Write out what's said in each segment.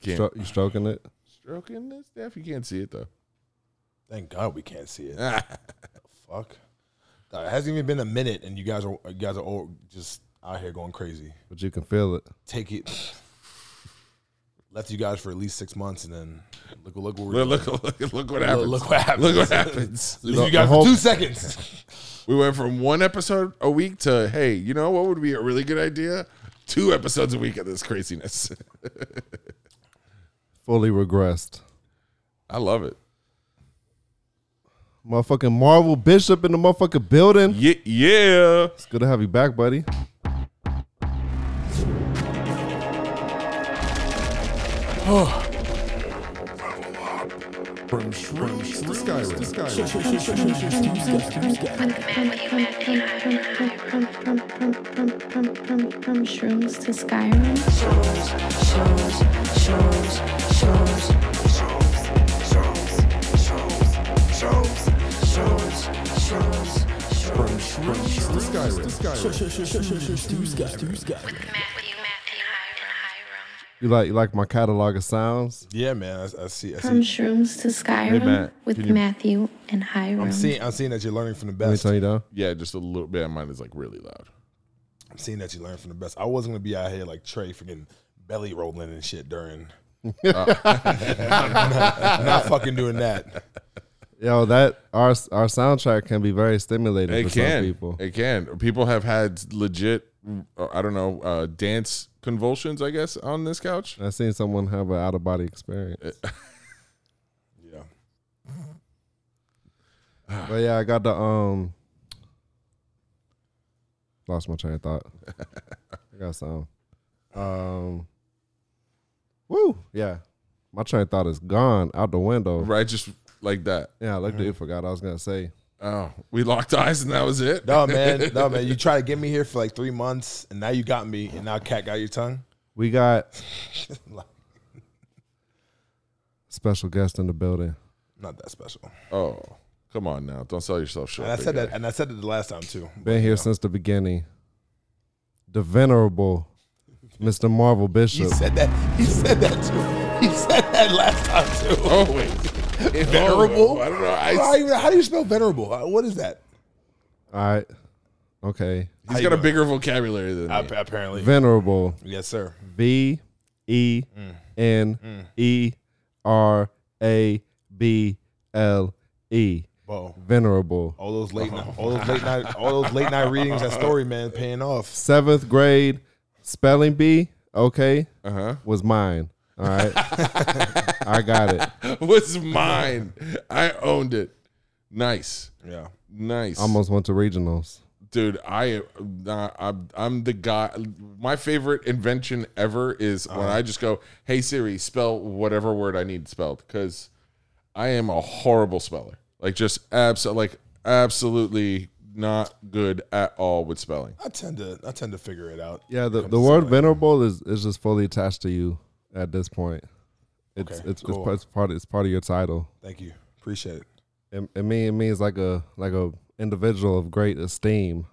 Can't Stro- you stroking it? stroking this stuff. You can't see it though. Thank God we can't see it. the fuck. Dog, It hasn't even been a minute, and you guys are you guys are all just out here going crazy. But you can feel it. Take it. Left you guys for at least six months, and then look look what we're Look, look, look, look what look, happens. look what happens. Look what happens. Leave The- you guys the whole- for two seconds. We went from one episode a week to hey, you know what would be a really good idea? Two episodes a week of this craziness. Fully regressed. I love it. Motherfucking Marvel Bishop in the motherfucking building. Yeah, yeah. It's good to have you back, buddy. From shrooms to Skyrim. From, from, from, from, from, from, from shrooms to Skyrim. You like you like my catalog of sounds? yeah, man. I, I see. I From see. shrooms to Skyrim Matt, with can you- Matthew and Hiram. I'm seeing. I'm seeing that you're learning from the Let me best. turn you down. Yeah, just a little bit. Mine is like really loud. I'm seeing that you learn from the best. I wasn't gonna be out here like Trey freaking belly rolling and shit during. Uh, I'm not fucking doing that. Yo, that our our soundtrack can be very stimulating It for can. some people. It can. People have had legit, uh, I don't know, uh, dance convulsions. I guess on this couch. I've seen someone have an out of body experience. Yeah. uh. but yeah, I got the um lost my train of thought. I got some. Um Woo. Yeah. My train of thought is gone out the window. Right, just like that. Yeah, I looked at you, forgot I was gonna say. Oh, we locked eyes and that was it. No man, no man. You try to get me here for like three months, and now you got me, and now cat got your tongue. We got Like, special guest in the building. Not that special. Oh, come on now! Don't sell yourself short. And I big said guy. that, and I said it the last time too. Been here since the beginning. The venerable Mr. Marvel He Bishop. said that. He said that too. He said that last time too. Oh wait, Venerable? I don't know. How do I, you, how do you spell venerable? Uh, What is that? All right. Okay. he's got a bigger vocabulary than me. apparently, Venerable. yes, sir. V E N E R A B L E. Whoa. Venerable. All those late, night, all those late night, all those late night readings. That story, man, paying off. Seventh grade spelling bee, okay, Uh huh. was mine. All right. I got it. Was mine. I owned it. Nice, Yeah. nice. Almost went to regionals. dude i uh, I'm, I'm the guy my favorite invention ever is Uh-huh. when i just go hey siri spell whatever word i need spelled because i am a horrible speller like just abso- like absolutely not good at all with spelling I tend to, I tend to figure it out. Yeah, the, the word venerable is, is just fully attached to you at this point. It's Okay, it's, cool. it's, part- it's part it's part of your title. Thank you, appreciate it. It, it mean it means like a like a individual of great esteem.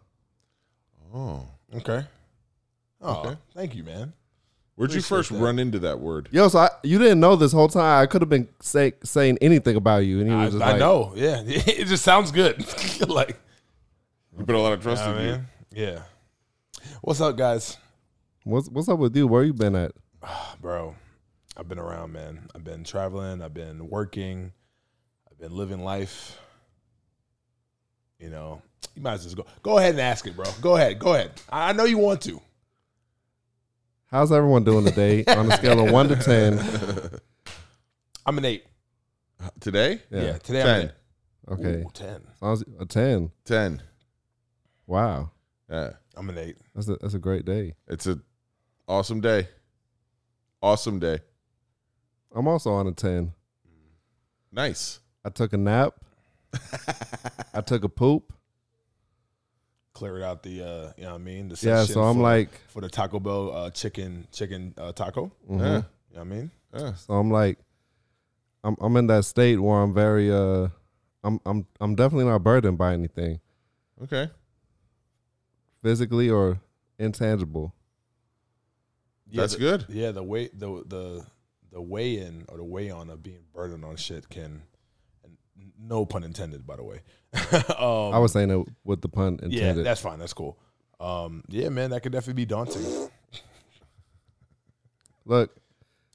oh Okay. Oh, thank you, man. where'd you Appreciate first that. run into that word Yo, so I, you didn't know this whole time. I could have been say, saying anything about you, and he I, was just I like, know. Yeah, it just sounds good. like, you put a lot of trust yeah, in you man. Yeah. What's up, guys? "What's what's up with you? Where you been at?" Bro, I've been around, man. I've been traveling. I've been working. I've been living life. You know, you might as well just go. Go ahead and ask it, bro. Go ahead. Go ahead. I I know you want to. How's everyone doing today on a scale of one to ten? I'm an eight. today Yeah, Yeah. today I'm an Ten. eight. Okay, Ooh, ten. Sounds- a ten. 10 Wow, yeah I'm an eight. that's a that's a great day. it's a awesome day awesome day I'm also on a ten. nice I took a nap. I took a poop. Cleared out the, uh, you know what I mean? The Yeah, section so I'm for- like, for the Taco Bell uh, chicken chicken uh, taco. mhm. Yeah. You know what I mean? Mm-hmm. Yeah. so I'm like, I'm I'm in that state where I'm very uh, I'm I'm I'm definitely not burdened by anything physically or intangible. Yeah, That's the- good. Yeah, the way the the the weigh in or the weigh on of being burdened on shit can, and no pun intended, by the way. um, I was saying it with the pun yeah, intended. that's fine. That's cool. Um, yeah, man, that could definitely be daunting. Look,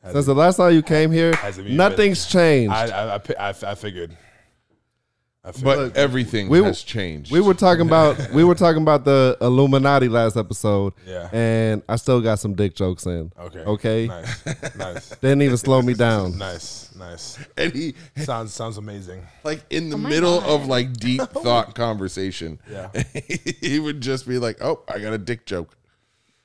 Has since it- the last time you came here, Has it been- nothing's changed. I I, I, pi- I, I figured. I figured. But everything we- has changed. we were talking about we were talking about the Illuminati last episode, Yeah. and I still got some dick jokes in. okay. okay, Nice. Nice. they didn't even slow me down. nice. Nice. and he Sounds sounds amazing. like in the Oh my middle God. of like deep thought conversation. Yeah. he would just be like, "Oh, I got a dick joke."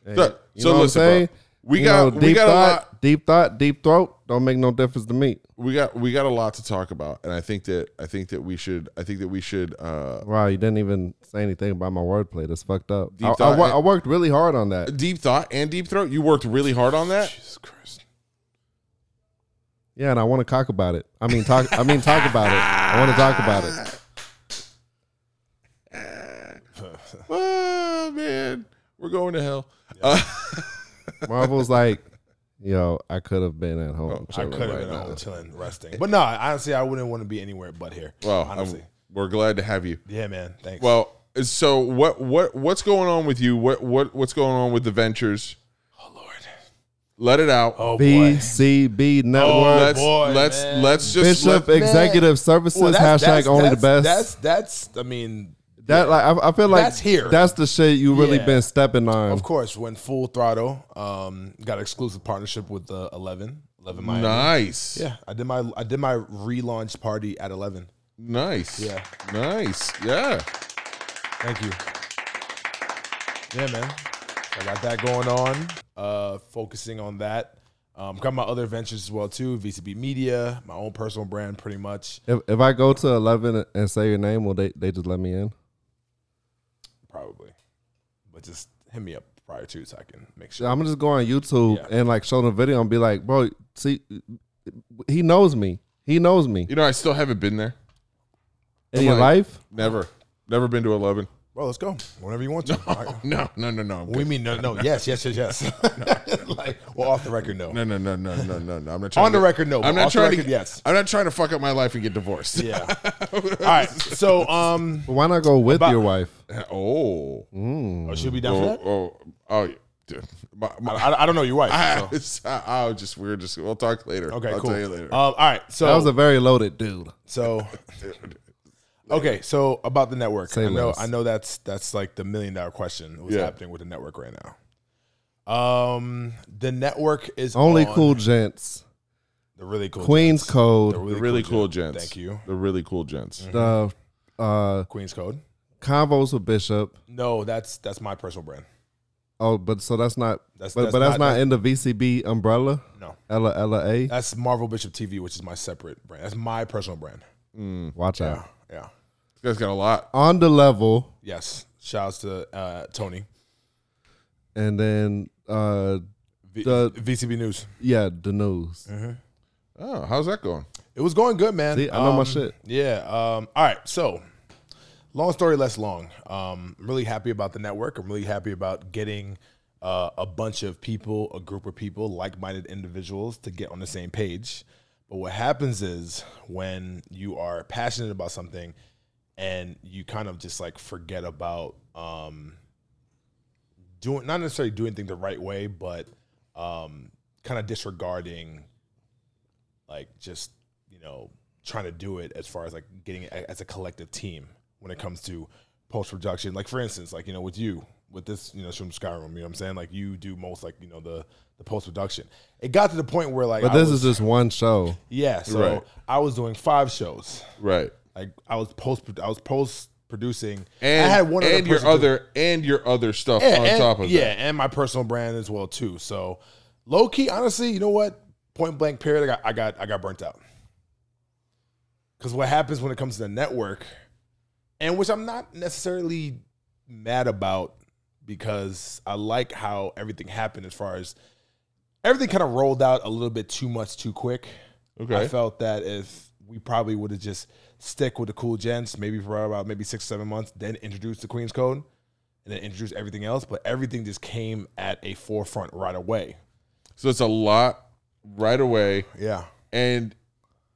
Hey, So, you so know what I'm listen, bro. saying? We You got know, we got thought, a lot deep thought, deep throat. Don't make no difference to me. we got we got a lot to talk about, and I think that I think that we should I think that we should uh, Wow, you didn't even say anything about my wordplay. That's fucked up. Deep I, I, thought- wo- I worked really hard on that. deep thought and deep throat. You worked really hard on that. Jesus Christ. Yeah, and I want to talk about it. I mean, talk. I mean, talk about it. I want to talk about it. Oh man, we're going to hell. Marvel's like, yo, I could have been at Oh, home. I chilling could have right been at now. home chilling, resting. But no, honestly, I wouldn't want to be anywhere but here. Well, I'm- honestly, we're glad to have you. yeah, man. Thanks. Well, so what what what's going on with you? What what what's going on with the ventures? oh Lord. Let it out. Oh boy. BCB Oh, Network let's boy, let's man. let's just Bishop let- Executive Services Well, hashtag only the best. That's that's. I mean, that like I, I feel like That's here. That's the shit you really Yeah. been stepping on. of course, when full throttle, um, got exclusive partnership with the Eleven, Eleven Miami. nice. Yeah, I did my I did my relaunch party at Eleven. Nice. Yeah. Nice. Yeah. Thank you. Yeah, man. I got that going on. Uh, focusing on that. Um, got my other ventures as well too. VCB Media, my own personal brand, pretty much. If, if I go to eleven and say your name, will they they just let me in? probably. But just hit me up prior to so I can make sure. I'm gonna just go on YouTube Yeah. and like show them a video and be like, bro, see, he knows me. He knows me You know, I still haven't been there. in your like- life. Never. Never been to eleven. Bro, let's go whenever you want to. Like, No, no, no, no. I'm we good. mean no, no, yes, yes, yes, yes. like, well, off the record, no. No, no, no, no, no, no, no. I'm not trying On the to- record, no, but I'm not off the trying to. record, yes. I'm not trying to fuck up my life and get divorced. Yeah. All right. So, um, But why not go with About- your wife? Oh. oh, should we be down for Oh. that? Oh. oh yeah. Dude. My, my, I, I- I don't know your wife. Oh. I, so. will just we're just we'll talk later. Okay, I'll cool. tell you later. Um, all right. So That was a very loaded dude. So Okay, so about the network. Say I know less. I know that's that's like the million dollar question what's Yeah. happening with the network right now. Um the network is Only on cool gents. the really cool Queens gents. Code. The really, the really cool gen- gents. Thank you. Mm-hmm. The really cool gents. The uh, Queens Code. convos with Bishop. No, that's that's my personal brand. Oh, but so that's not. That's- but that's but that's not- not that's- in the VCB umbrella. No. Ella Ella A. That's Marvel Bishop TV, which is my separate brand. That's my personal brand. Watch Yeah. out. Yeah. This guy's got a lot. On the level, Yes. Shouts to uh, Tony. and then uh, V- The- VCB News. yeah, the news. Oh, how's that going? It was going good, man. See, I know my Um, shit. Yeah. Um, all right. So, long story less long. Um, I'm really happy about the network. I'm really happy about getting uh, a bunch of people, a group of people, like minded individuals to get on the same page. But what happens is when you are passionate about something and you kind of just like forget about um, doing, not necessarily doing things the right way, but um, kind of disregarding like just you know trying to do it as far as like getting it as a collective team when it comes to post production like for instance like you know with you with this you know from skyrim you know what i'm saying like you do most like you know the the post production it got to the point where like But I this was, is just one show. yeah so Right. i was doing five shows Right. like i was post i was post producing And i had one and your person do- other and your other stuff on and, top of yeah, that. and my personal brand as well too. So low key, honestly, you know what? Point blank period, I got I got I got burnt out. Cause what happens when it comes to the network, and which I'm not necessarily mad about because I like how everything happened as far as everything kind of rolled out a little bit too much too quick. I Okay. felt that if we probably would have just stick with the cool gents, maybe for about maybe six, seven months, then introduce the Queen's Code and then introduce everything else. But everything just came at a forefront right away. So it's a lot right away, Yeah. and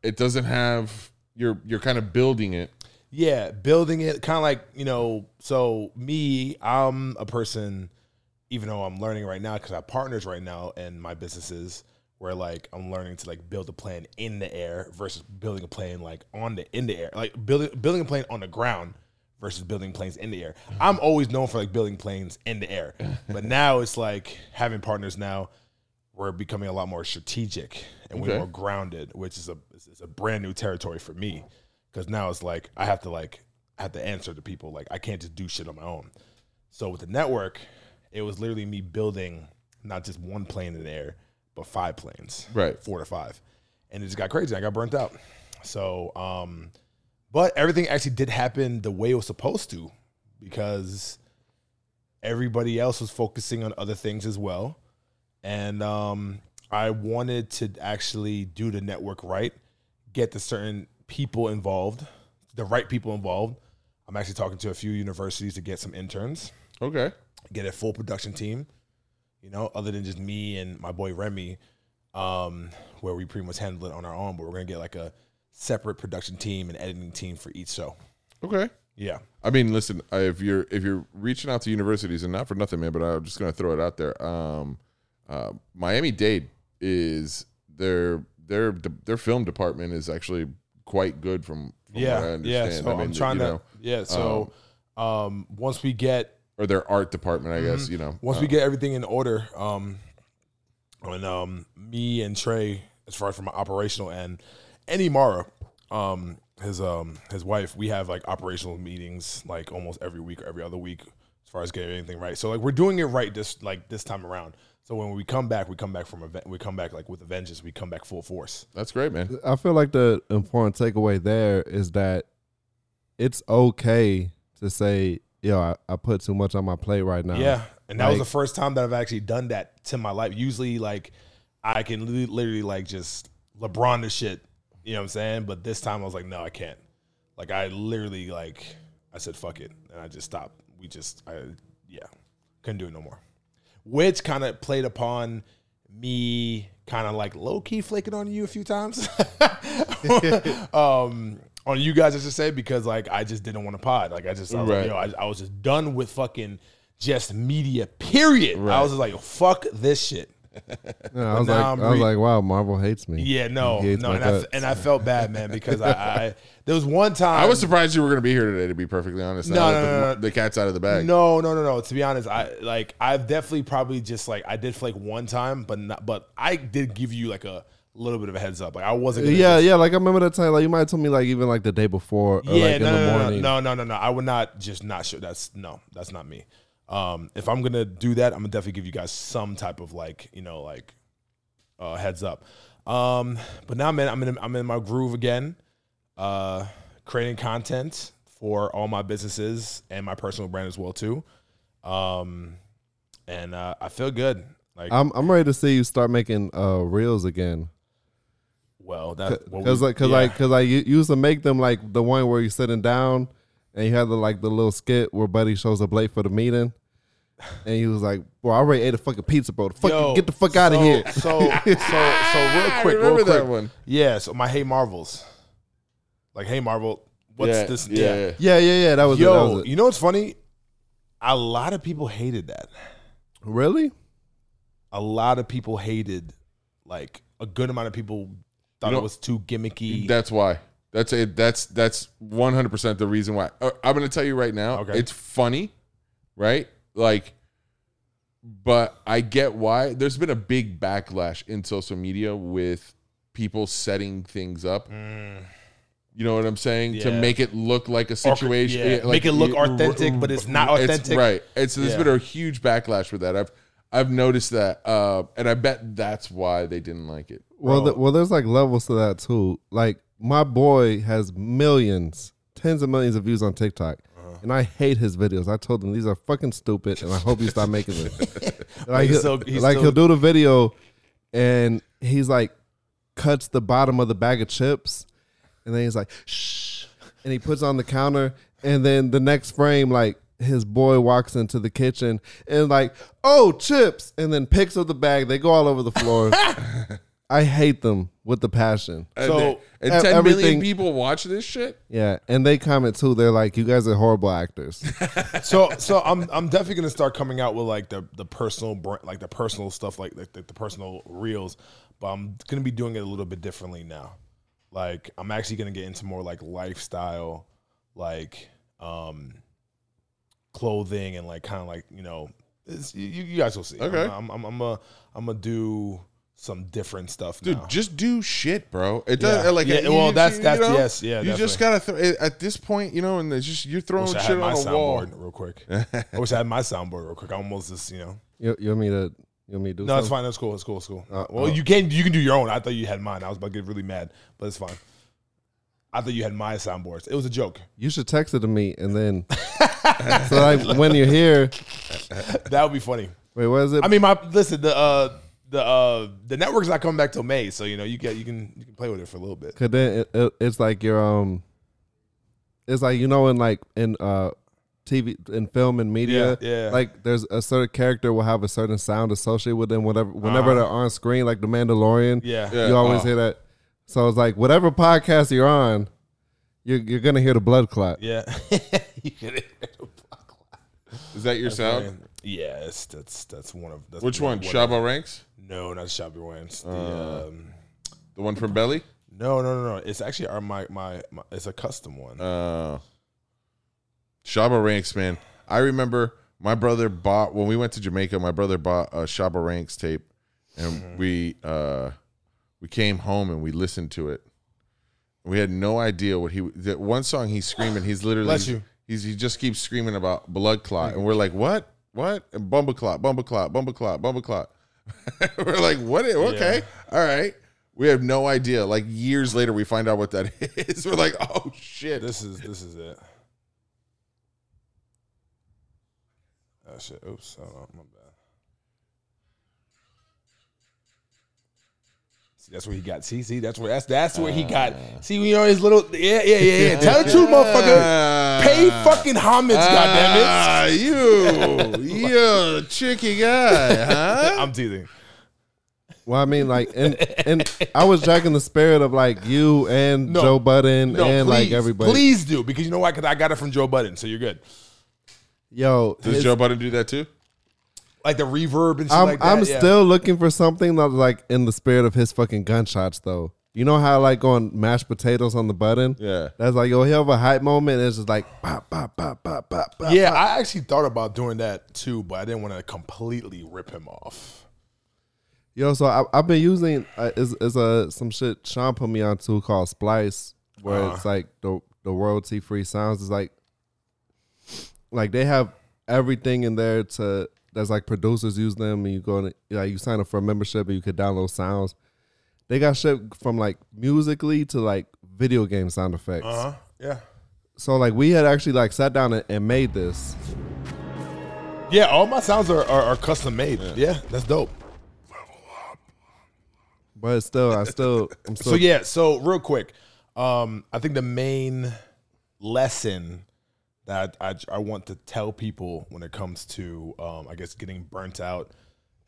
it doesn't have you're you're kind of building it. Yeah, building it kind of like, you know, so me, I'm a person, even though I'm learning right now, because I have partners right now in my businesses where like I'm learning to like build a plan in the air versus building a plane like on the in the air. Like building building a plane on the ground versus building planes in the air. I'm always known for like building planes in the air. But now it's like having partners now we're becoming a lot more strategic and way Okay. more grounded, which is a is is a brand new territory for me because now it's like I have to like I have to answer to people. Like I can't just do shit on my own. So with the network, it was literally me building not just one plane in the air, but five planes, Right. Four to five, and it just got crazy. I got burnt out. So, um, but everything actually did happen the way it was supposed to because everybody else was focusing on other things as well. And um, I wanted to actually do the network right, get the certain people involved, the right people involved. I'm actually talking to a few universities to get some interns, Okay. get a full production team, you know, other than just me and my boy Remy, um, where we pretty much handle it on our own, but we're going to get like a separate production team and editing team for each show. Okay. Yeah. I mean, listen, I- if you're if you're reaching out to universities, and not for nothing, man, but I'm just gonna throw it out there. Um, uh, Miami Dade is their their their film department is actually quite good from, from yeah, what I yeah. understand. So I I mean, am trying you to. know, yeah. So um, once we get or their art department, Mm-hmm. I guess you know. once we get everything in order, um, when um, me and Trey, as far as from my operational end, and Imara, um, his um, his wife, we have like operational meetings like almost every week or every other week as far as getting anything right. So like we're doing it right this like this time around. So when we come back, we come back from a ven- we come back like with a vengeance. We come back full force. That's great, man. I feel like the important takeaway there is that it's okay to say, yo, I, I put too much on my plate right now. Yeah, and that was Like- the first time that I've actually done that to my life. Usually, like I can li- literally like just LeBron the shit. You know what I'm saying? But this time I was like, no, I can't. Like I literally like I said, fuck it, and I just stopped. We just I yeah couldn't do it no more. Which kind of played upon me kind of like low key flaking on you a few times. um on you guys, I should say, because like I just didn't want to pod. Like I just I was like, Right. yo, I, I was just done with fucking just media. Period. I was just like, fuck this shit. Yeah, I was now like, I'm I was re- like, wow, Marvel hates me. Yeah, no, He hates no, my and I, guts. and I felt bad, man, because I, I there was one time I was surprised you were gonna be here today. To be perfectly honest, No, now no, that no, the, no. the cat's out of the bag. No, no, no, no. To be honest, I like I've definitely probably just like I did flake one time, but not, but I did give you like a little bit of a heads up. Like I wasn't. Gonna yeah, yeah. Like I remember that time. Like you might have told me, like even like the day before, or like yeah. no, in the no, no, morning. no, no, no, no. I would not just not sure. That's no, that's not me. Um, if I'm gonna do that, I'm gonna definitely give you guys some type of like you know like uh, heads up. Um, but now, man, I'm in I'm in my groove again. Uh, creating content for all my businesses and my personal brand as well too. Um, and uh, I feel good. Like, I'm I'm ready to see you start making uh reels again. well, that's Cause like, cause like, cause like, you, you used to make them like the one where you're sitting down and you had the like the little skit where Buddy shows up late for the meeting, and he was like, "Bro, I already ate a fucking pizza, bro. The fuck, get the fuck out of here." So, so, so real Ah, I quick, remember real quick. that one. Yeah, so my Hey Marvels. Like, Hey Marvel, what's yeah, this? Yeah, yeah. Yeah, yeah, yeah. That was it. That Yo, was it. you know what's funny? A lot of people hated that. really? A lot of people hated, like, a good amount of people thought You know- it was too gimmicky. That's why. That's it. That's that's one hundred percent the reason why. Uh, I'm gonna tell you right now. Okay. It's funny, right? Like, but I get why. There's been a big backlash in social media with people setting things up. You know what I'm saying? Mm. Yeah. To make it look like a situation, eh, yeah. like- Make it look authentic, but it's not authentic. right? It's there's Yeah. been a huge backlash with that. I've I've noticed that, uh, and I bet that's why they didn't like it. Well, th- well, there's like levels to that too. Like my boy has millions, tens of millions of views on TikTok, Uh-huh. and I hate his videos. I told him these are fucking stupid, and I hope you stop making them. like, he's he'll- so- he's like so- he'll do the video, and he's like cuts the bottom of the bag of chips, and then he's like shh, and he puts it on the counter, and then the next frame like his boy walks into the kitchen and like, oh, chips, and then picks up the bag. They go all over the floor. I hate them with the passion. So So, e- and, ev- 10 million everything- people watch this shit. Yeah, and they comment too. They're like, "You guys are horrible actors." So so I'm I'm definitely gonna start coming out with like the the personal brand, like the personal stuff like the, the, the personal reels, but I'm gonna be doing it a little bit differently now. Like I'm actually gonna get into more like lifestyle, like um clothing and like kind of like you know it's, you, you guys will see. Okay. I'm I'm I'm a I'm gonna do some different stuff Dude, now. just do shit, bro. It doesn't Yeah. like Yeah, you- well, you- that's- you that's- know, yes, yeah, You just gotta th- at this point, you know, and it's just you're throwing Wish I shit had my on a wall. soundboard real quick. I wish I had my soundboard real quick. I almost just you know. you, you want me to? You want me to do? No, it's something? fine. That's cool. That's cool. That's cool. Uh, well, uh. you can you can do your own. I thought you had mine. I was about to get really mad, but it's fine. I thought you had my soundboards. It was a joke. You should text it to me, and then so like when you're here, That would be funny. wait, what is it? I mean, my listen the uh, the uh, the network's not coming back till May, so you know you can you can you can play with it for a little bit. Cause then it, it, it's like your um, it's like you know in like in uh, TV in film and media, Yeah, yeah. Like there's a certain character will have a certain sound associated with them. Whatever, whenever they're on screen, like The Mandalorian, Uh-huh. Yeah. Yeah. you always oh. hear that. So it's like whatever podcast you're on, you're you're gonna hear the blood clot. Yeah. you can Is that your sound? Yeah, it's, that's that's one of that's Which one? Uh. of- Shaba ranks? No, not Shabby Wayne's. The, um, The one from Belly? no, no, no, no. It's actually our my, my my. It's a custom one. Uh, Shaba Ranks, man. I remember my brother bought when we went to Jamaica. My brother bought a Shaba Ranks tape, and Mm-hmm. we uh, we came home and we listened to it. We had no idea what he that one song he's screaming. He's literally Bless you. He's he just keeps screaming about blood clot, and we're like, what, what, and bumble clot, bumble clot, bumble clot, bumble clot. we're like, what? i- Okay, all right. We have no idea. Like years later, we find out what that is. We're like, oh shit. This is this is it. Oh shit! Oops, hold on, my bad. See, that's where he got. See, see, that's where that's that's where he got. See, you know his little. Yeah, yeah, yeah, yeah. Tell the truth, motherfucker. Pay fucking homage, goddammit. Ah, you, you tricky guy, huh? I'm teasing. Well, I mean, like, and and I was jacking the spirit of like you and No. Joe Budden No, and please, like everybody. please do because you know why? Because I got it from Joe Budden, so you're good. Yo, Does it's- Joe Budden do that too? Like the reverb and shit I'm like that. I'm yeah. still looking for something that's like in the spirit of his fucking gunshots though. You know how like on mashed potatoes on the button? Yeah. That's like you'll have a hype moment and it's just like bop bop bop bop bop bop. Yeah, I actually thought about doing that too, but I didn't want to completely rip him off. Yo, so I, I've been using uh, is is a some shit Sean put me on too called Splice, where it's like the the royalty free sounds is like like they have everything in there to that's like producers use them and you go and like you sign up for a membership and you could download sounds. They got shit from like musically to like video game sound effects. Uh huh. Yeah. So like we had actually like sat down and, and made this. Yeah, all my sounds are, are, are custom made. Yeah. that's dope. But still, I still, I'm still. So yeah, so real quick, um, I think the main lesson that I, I want to tell people when it comes to um, I guess getting burnt out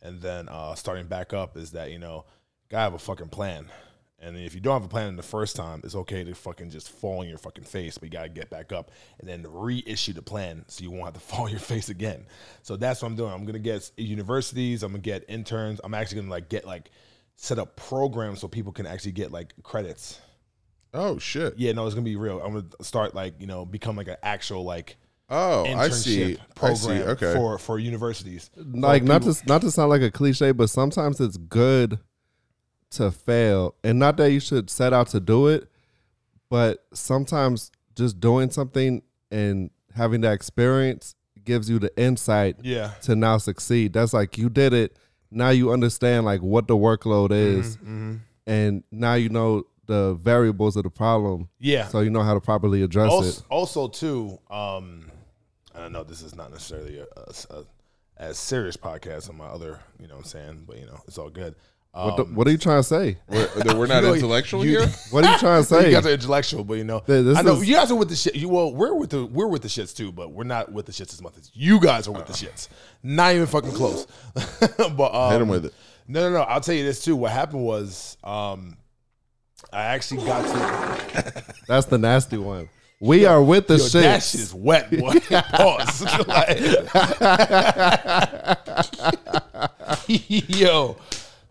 and then uh, starting back up is that you know gotta have a fucking plan. And if you don't have a plan the first time, it's okay to fucking just fall on your fucking face, but you gotta get back up and then reissue the plan so you won't have to fall on your face again. So that's what I'm doing. I'm gonna get universities, I'm gonna get interns, I'm actually gonna like get like set up programs so people can actually get like credits. Oh shit. Yeah, no, it's gonna be real. I'm gonna start like you know become like an actual like Oh, internship I see. I program see. Okay. for for universities. like not to not to sound like a cliche, but sometimes it's good to fail, and not that you should set out to do it, but sometimes just doing something and having that experience gives you the insight Yeah, to now succeed. That's like you did it. Now you understand like what the workload Mm-hmm, is, and now you know the variables of the problem, yeah. so you know how to properly address also, it. also too, um, I don't know. This is not necessarily a, a, a- as serious podcast on my other, you know, what I'm saying, but you know, it's all good. Uh, What, the, what are you trying to say? We're, that we're not You know, intellectual you- here. What are you trying to say? You guys are intellectual, but you know, Th- this I know is- you guys are with the shit. You well, we're with the we're with the shits too, but we're not with the shits as much as you guys are with the shits. Not even fucking close. but um, Hit 'em with it. No, no, no. I'll tell you this too. What happened was, um, I actually got to That's the nasty one. We are with the yo, that shits. shit is wet, boy. Pause. Like- yo,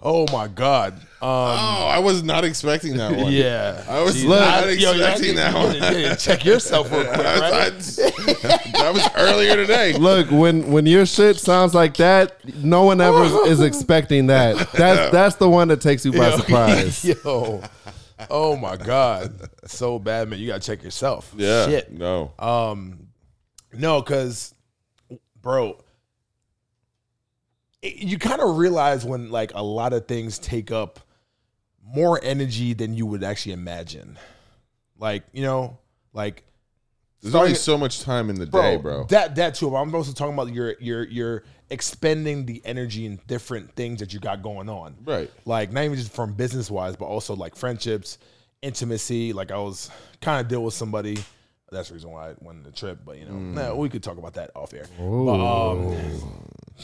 oh my god. Um, Oh, I was not expecting that one. yeah, I was Jeez. not I- yo, you expecting actually- that one. you didn't- you didn't Check yourself real quick, I- I- right? that was earlier today. Look, when when your shit sounds like that, no one ever is expecting that. That's that's the one that takes you by Yo, surprise. Yo. Oh my God. So bad, man. You gotta check yourself. Yeah. Shit. No. Um no, cause bro, it- you kind of realize when like a lot of things take up more energy than you would actually imagine. Like, you know, like There's only so much time in the day, bro. That that too. But I'm also talking about your your your expending the energy in different things that you got going on. Right. Like not even just from business wise, but also like friendships, intimacy. Like I was kind of deal with somebody. That's the reason why I went on the trip. But you know, nah, we could talk about that off air. But, um,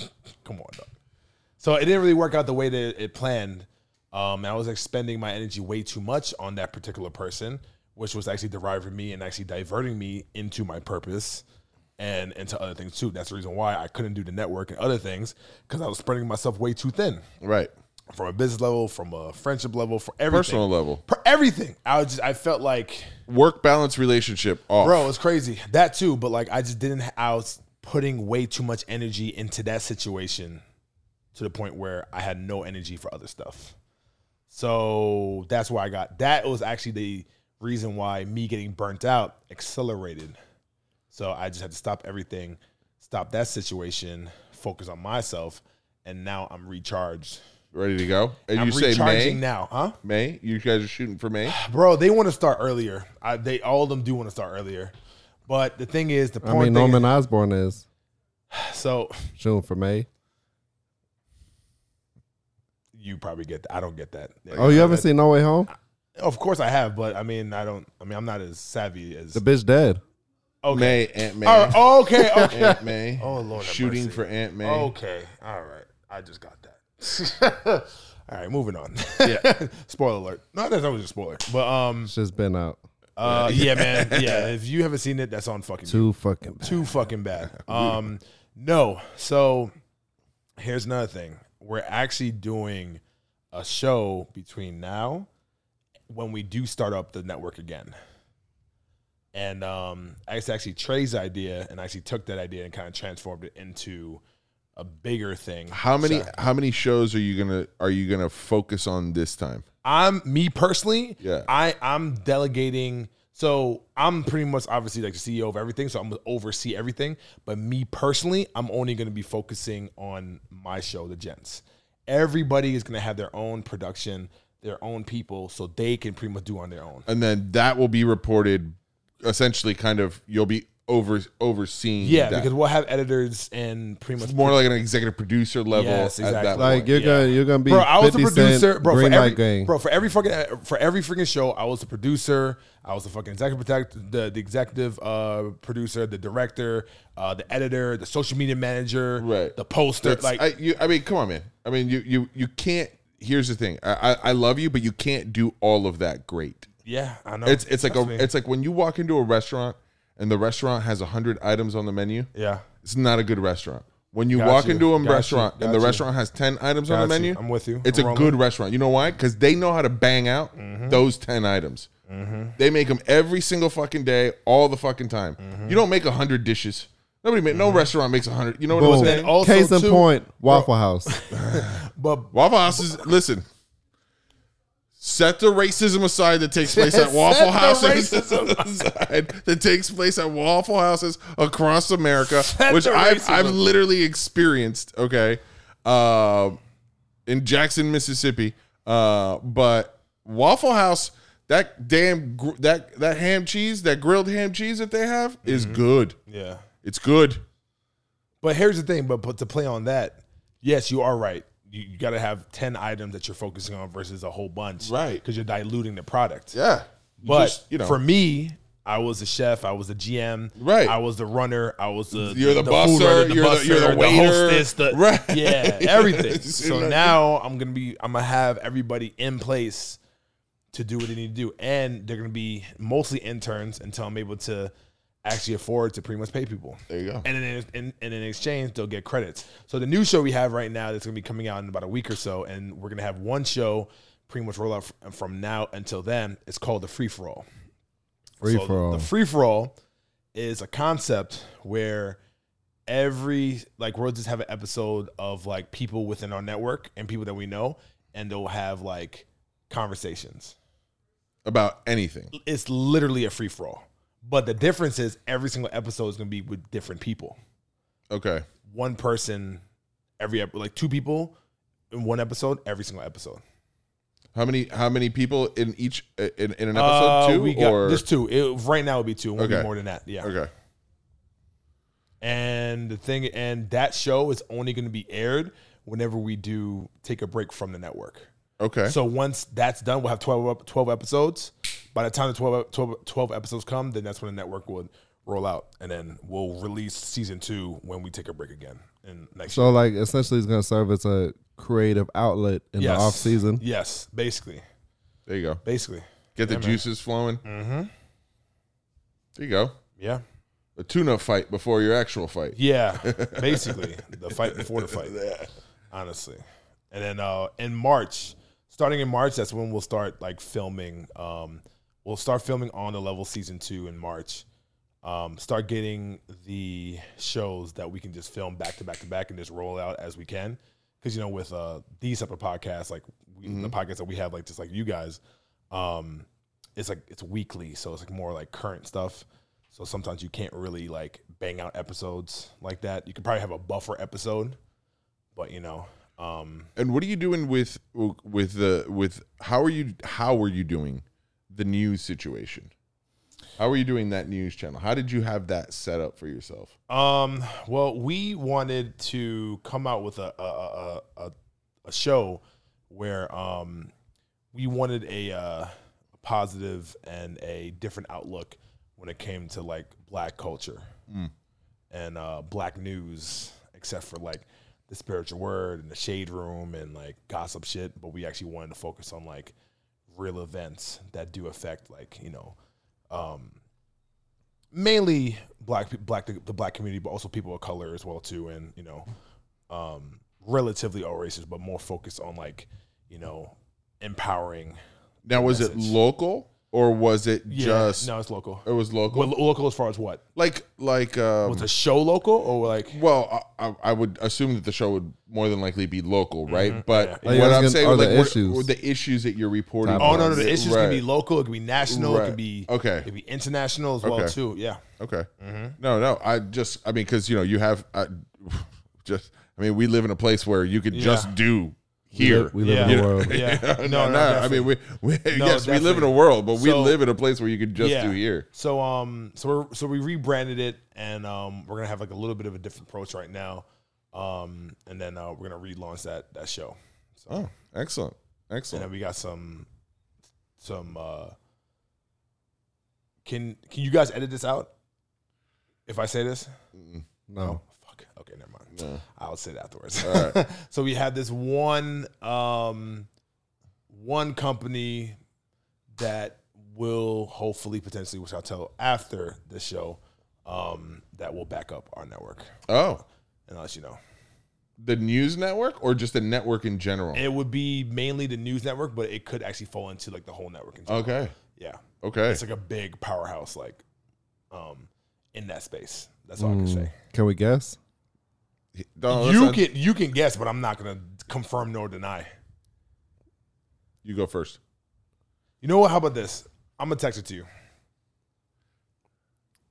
come on, dog. So it didn't really work out the way that it planned. Um, I was expending my energy way too much on that particular person, which was actually deriving me and actually diverting me into my purpose and into other things too. That's the reason why I couldn't do the network and other things because I was spreading myself way too thin right. from a business level, from a friendship level, for everything. Personal level. For everything. I was just, I felt like, Work balance relationship off. bro, it's crazy. That too, but like I just didn't, I was putting way too much energy into that situation to the point where I had no energy for other stuff. So that's why I got, that was actually the reason why me getting burnt out accelerated. So I just had to stop everything, stop that situation, focus on myself, and now I'm recharged. Ready to go? And I'm you say May? recharging now, huh? May? You guys are shooting for May? Bro, they want to start earlier. I, they all of them do want to start earlier, but the thing is, the I porn mean, thing. Norman Osborn is so June for May. you probably get. I don't get that. Oh, you haven't seen No Way Home? Of course I have, but I mean, I don't. I mean, I'm not as savvy as. The bitch dead. Okay. May, Aunt May. All right, okay. Okay. Aunt May. Oh, Lord have Shooting mercy. Oh, for Aunt May. okay. All right. I just got that. all right. Moving on. Yeah. spoiler alert. No, that's always a spoiler. But um. Shit's been out Uh. Yeah, man. Yeah. If you haven't seen it, that's on fucking. you. too fucking. bad. too fucking bad. Um, no. So here's another thing. We're actually doing a show between now when we do start up the network again. And um, it's actually Trey's idea, and I actually took that idea and kind of transformed it into a bigger thing. How many So how many shows are you gonna are you gonna focus on this time? I'm me personally. Yeah. I I'm delegating. So I'm pretty much obviously like the CEO of everything. So I'm gonna oversee everything. But me personally, I'm only gonna be focusing on my show, The Gents. Everybody is gonna have their own production, their own people, so they can pretty much do on their own. And then that will be reported essentially kind of you'll be over overseeing Yeah, that. because we'll have editors and pretty much it's more like an executive producer level Yes, at that exactly. Like point. you're Yeah. gonna you're gonna be bro, I was the 50 Cent, producer, bro. For Green every, Light Gang. bro, for every fucking for every freaking show, I was the producer. I was the fucking executive protect, the, the executive uh, producer, the director, uh, the editor, the social media manager, Right. The poster, That's- like I, you, I mean, come on, man. I mean, you you you can't. Here's the thing. I, I I love you, but you can't do all of that great. yeah, I know. It's it's like a Trust me. it's like when you walk into a restaurant and the restaurant has hundred items on the menu. yeah. It's not a good restaurant. When you Got walk you. into a Got you. restaurant Got and the you. restaurant has ten items on the Got you. menu, I'm with you. It's I'm a rolling. Mm-hmm. good restaurant. You know why? Because they know how to bang out those ten items. They make them every single fucking day, all the fucking time. Mm-hmm. You don't make hundred dishes. Nobody, make, no restaurant makes hundred. You know what I'm Boom. saying? And also, Case in too- point, Waffle House. But Waffle House is listen. Set the racism aside that takes place at Waffle the Houses racism aside, that takes place at Waffle Houses across America, Set which the I've, I've racism. literally experienced. Okay, Um in Jackson, Mississippi, uh, but Waffle House that damn gr- that that ham cheese, that grilled ham cheese that they have is good. yeah, It's good. but here's the thing. But but to play on that, yes, you are right. you, you got to have ten items that you're focusing on versus a whole bunch, Right. Because you're diluting the product. Yeah. You But just, you know, for me, I was the chef, I was the GM, Right. I was the runner, I was the You're the food busser, runner, you're the- you're the waiter. hostess, the Right. yeah, everything. It's so like- now I'm gonna be, I'm gonna have everybody in place to do what they need to do, and they're gonna be mostly interns until I'm able to actually afford to pretty much pay people. there you go. And in, in, and in exchange, they'll get credits. So the new show we have right now that's going to be coming out in about a week or so, and we're going to have one show pretty much roll out f- from now until then. It's called the free for all. Free So for all. The free for all is a concept where every like we'll just have an episode of like people within our network and people that we know, and they'll have like conversations. About anything. It's literally a free for all. But the difference is every single episode is going to be with different people Okay. one person every ep- like two people in one episode every single episode. How many how many people in each uh, in, in an episode Uh, two we got or just two. It, right now it would be two. It won't Okay. be more than that. Yeah. Okay. And the thing and that show is only going to be aired whenever we do take a break from the network. Okay. So once that's done, we'll have 12, ep- 12 episodes. By the time the 12, ep- 12, 12 episodes come, then that's when the network would roll out, and then we'll release season two when we take a break again in next year. So like essentially it's gonna serve as a creative outlet in Yes. the off season. Yes, basically, there you go. basically, Get the Yeah, man. juices flowing. mm-hmm. There you go. yeah. A tuna fight before your actual fight. Yeah, basically the fight before the fight. Honestly, and then uh, in March, starting in March, that's when we'll start like filming. Um, we'll start filming on the level season two in March. Um, start getting the shows that we can just film back to back to back and just roll out as we can. Because you know, with uh, these type of podcasts, like we, the podcasts that we have, like just like you guys, um, it's like it's weekly, so it's like more like current stuff. So sometimes you can't really like bang out episodes like that. You could probably have a buffer episode, but you know, um, And what are you doing with with the with how are you how are you doing the news situation? How are you doing that news channel? How did you have that set up for yourself? um, well, we wanted to come out with a a a, a, a show where um, we wanted a, uh, a positive and a different outlook when it came to like black culture and uh, black news, except for like the spiritual word and the shade room and like gossip shit. But we actually wanted to focus on like real events that do affect like you know um, mainly black pe- black the, the black community, but also people of color as well too, and you know um, relatively all races, but more focused on like you know empowering. Now was it Message. local or was it Yeah, just Oh. no, it's local. it was local? Well, local as far as what? like like um, Was the show local or like? Well, I, I- I would assume that the show would more than likely be local, right? Mm-hmm. Yeah. But Like, I what was I'm gonna- saying, are like, the what- what issues? are the issues that you're reporting. Top Oh on? no, no, the issues can be Right. local, it can be national, it Right. can be Okay. it can be international as well Okay. too. Yeah, Okay. Mm-hmm. No, no. I just, I mean, because you know, you have, I, just, I mean, we live in a place where you can just Yeah. do We here. live- We live Yeah. in the world. Yeah. no, No, no, no, I mean, we, we yes, we live in definitely. a world, but we So- live in a place where you can just Yeah. do here. So um, so we're so we rebranded it, and um, we're gonna have like a little bit of a different approach right now, um, and then uh, we're gonna relaunch that that show, Oh, excellent, and excellent. then we got some some. uh Can can you guys edit this out? If I say this, No. fuck. Okay, never mind. No. I'll say it afterwards. All right. so we have this one um one company that will hopefully potentially which I'll tell after the show um that will back up our network Oh, and I'll let you know. the news network or just the network in general? It would be mainly the news network, but it could actually fall into like the whole network in general. okay, Yeah. okay. It's like a big powerhouse like um in that space. That's all I Hmm. can say. Can we guess? Donald, you let's- can you can guess, but I'm not gonna confirm nor deny. you go first. You know what? How about this? I'm gonna text it to you.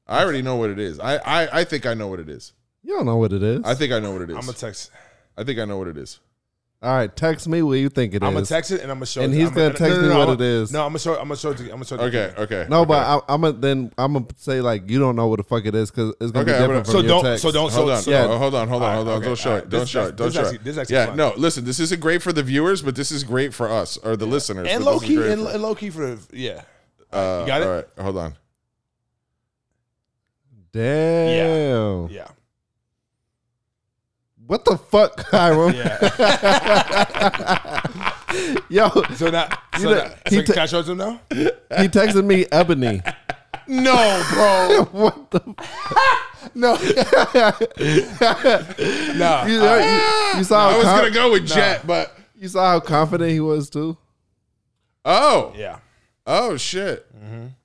I already know what it is. I, I, I think I know what it is. You don't know what it is. I think I know what it is. I'm gonna text. I think I know what it is. All right, text me what you think it I'm gonna is. text it and I'm gonna show. And it- he's I'm gonna- gonna text me what I'm it gonna- is. No, I'm gonna show. I'm gonna show it to you. I'm gonna show it. to Okay, you. okay. No, but I, I'm gonna then I'm gonna say like you don't know what the fuck it is because it's gonna Okay, be I'm different gonna- from So your don't. text. So hold don't. so, on, So, yeah. don't- hold on, hold on, Alright, hold on. okay, don't show alright. it. Don't This show is- it. Don't this show actually- it. this actually yeah, fun. no. Listen, this isn't great for the viewers, but this is great for us or the listeners. and but low this is key. great And, for- and low key for yeah. uh, you got it? All right, hold on. Damn. Yeah. What the fuck, Hiram? Yo, So now. So, know, now- he so ta- can I show it to him now? he texted me Ebony. No, bro. what the? No. Nah. You, I- you- you saw I how was con- gonna go with Jet, but you saw how confident he was too. oh, Yeah. Mm-hmm. oh shit,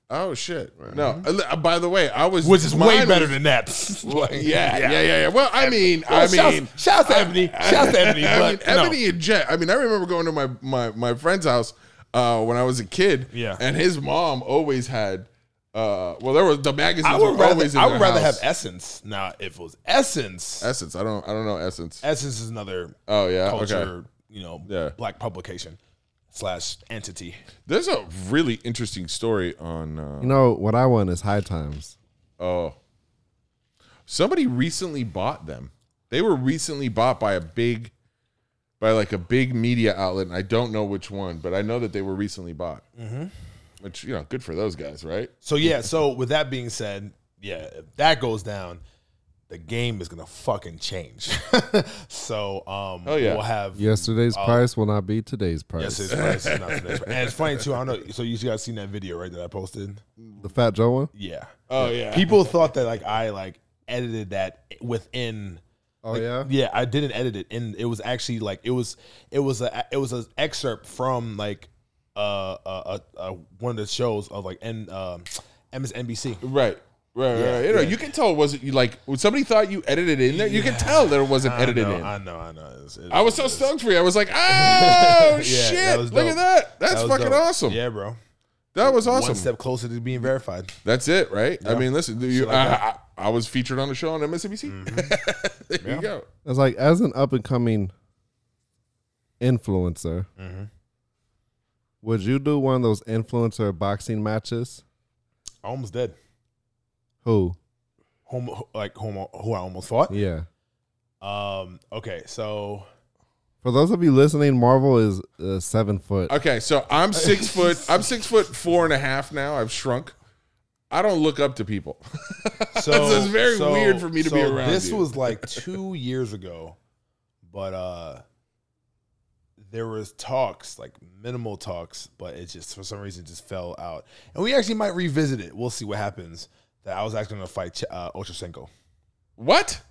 oh shit. Mm-hmm. No, uh, li- uh, by the way, I was Which is way mine better was- than that. Like, Yeah, yeah, yeah, yeah. Well, I mean, Well, I mean, shouts, shouts to Ebony. Shouts to Ebony. I mean, but no. Ebony and Jet. I mean, I remember going to my my my friend's house uh, when I was a kid. Yeah. and his mom always had. Uh, well, there was the magazines. I would were always. rather, In I would rather have Essence. Essence. Now, if it was Essence, Essence. I don't. I don't know Essence. Essence is another Oh yeah. culture, Uh, Okay. you know, Yeah. black publication slash entity. There's a really interesting story on. Uh, You know what I want is high times. Oh. Somebody recently bought them. They were recently bought by a big by like a big media outlet and I don't know which one, but I know that they were recently bought. Mm-hmm. Which, you know, good for those guys, right? So yeah. So with that being said, yeah, if that goes down, the game is gonna fucking change. so um, Hell Oh, yeah. we'll have Yesterday's price will not be today's price. Yes, it's right. It's not today's right. And it's funny too. I don't know. So you guys seen that video right that I posted? the Fat Joe one. Yeah. Oh yeah. People thought that like I like edited that within Oh yeah. Yeah, I didn't edit it, and it was actually like it was it was a it was an excerpt from like uh, uh, uh, uh one of the shows of like N um MSNBC. Right. Right, right, Yeah, right. You know, yeah. you can tell it wasn't you like when somebody thought you edited in there, you can tell there wasn't I edited know, in. I know, I know. It was- it I was so stoked for you. I was like, "Oh Yeah, that shit! was Look at dope. that! That's was fucking dope. awesome. Yeah, bro. That was awesome. One step closer to being verified. That's it, right? I mean, listen, you, like I, I, that. Mm-hmm. I was featured on the show on MSNBC. there you go. It's like as an up and coming influencer, Mm-hmm. would you do one of those influencer boxing matches? I almost did. Who? Whom, like whom, who I almost fought. Yeah. Um. Okay. So For those of you listening, Marvel is uh, seven foot. Okay, so I'm six foot. I'm six foot four and a half now. I've shrunk. I don't look up to people. so This is very so- weird for me to be so around This you. was like two years ago, but uh there was talks, like minimal talks, but it just for some reason just fell out. And we actually might revisit it. We'll see what happens. That I was actually gonna fight Ch- uh, Ochocinco. What?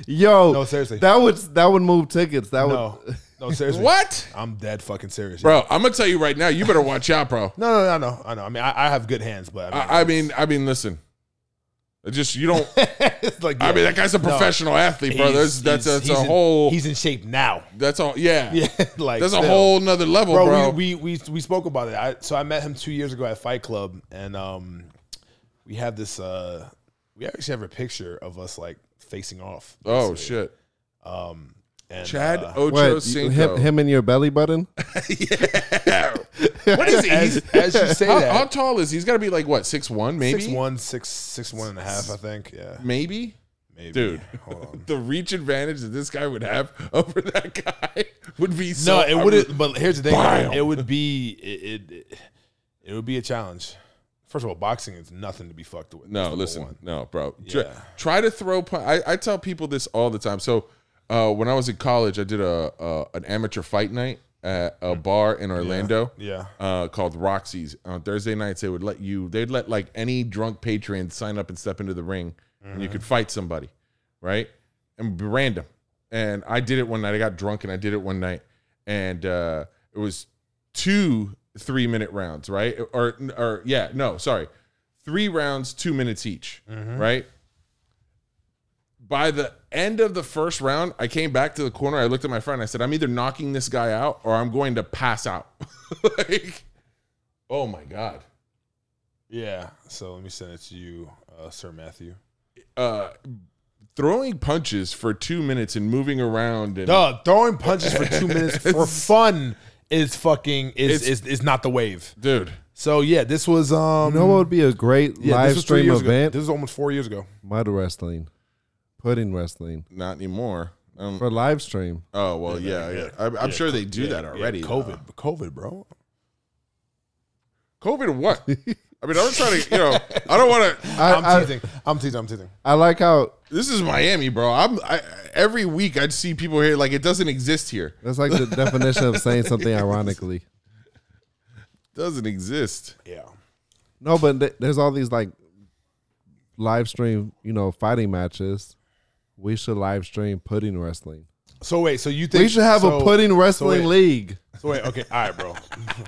Yo, No, seriously. that would that would move tickets. That No, would. no, seriously. What? I'm dead fucking serious, Bro, I'm gonna tell you right now. You better watch out, bro. No, no, no, no, I know. I mean, I, I have good hands, but I mean, I, I mean, I mean, listen. I just you don't. it's like I yeah, mean, that guy's a No. professional athlete, bro. There's, he's- that's he's- that's he's a in- whole. He's in shape now. that's all. Yeah. Yeah, like That's a still. whole nother level, bro. bro, We, we we we spoke about it. I, so I met him two years ago at Fight Club, and um, we have this. Uh, we actually have a picture of us like facing off. oh basically. shit. And, Chad uh, Ocho What, you- him, him and your belly button? What is he? as, He's- as you say How, that, how tall is he? He's got to be like what six one, maybe six one, six six one and a half, I think. Yeah, maybe. maybe. Dude. hold on. The reach advantage that this guy would have over that guy would be so. No, it I wouldn't. But here's the thing: Bam. it would be it, it it would be a challenge. First of all, boxing is nothing to be fucked with. That's No, number listen, one. no, bro. Tr- Yeah. Try to throw. pu- I, I tell people this all the time. So, uh, when I was in college, I did a, a an amateur fight night at a bar in Orlando. Yeah. Uh, called Roxy's on Thursday nights. They would let you. They'd let like any drunk patron sign up and step into the ring, and you could fight somebody, right? And it'd be random. And I did it one night. I got drunk and I did it one night, and uh, it was two three minute rounds, right? Or or yeah, no, sorry, three rounds, two minutes each, right? By the end of the first round, I came back to the corner. I looked at my friend. I said, "I'm either knocking this guy out or I'm going to pass out." like, oh my god, Yeah. So let me send it to you, uh, Sir Matthew. uh, throwing punches for two minutes and moving around and Duh, throwing punches for two minutes for fun is fucking is, It's- is is not the wave. dude, So yeah, this was um You know what would be a great yeah, live this was three stream years ago. event? This is almost four years ago. Mud wrestling, pudding wrestling not anymore. Um, for live stream. oh well, yeah, yeah. I, I'm sure they do that already. Yeah, though. COVID, COVID, bro. COVID, what? I mean, I'm trying to, you know, I don't want to. I, I'm I, teasing. I'm teasing. I'm teasing. I like how This is Miami, bro. I'm I, every week I'd see people here like it doesn't exist here. that's like the definition of saying something ironically. Doesn't exist. Yeah. No, but th- there's all these like live stream, you know, fighting matches. We should live stream pudding wrestling. So wait, so you think We should have so- a pudding wrestling wait. league. So wait, okay, all right, bro,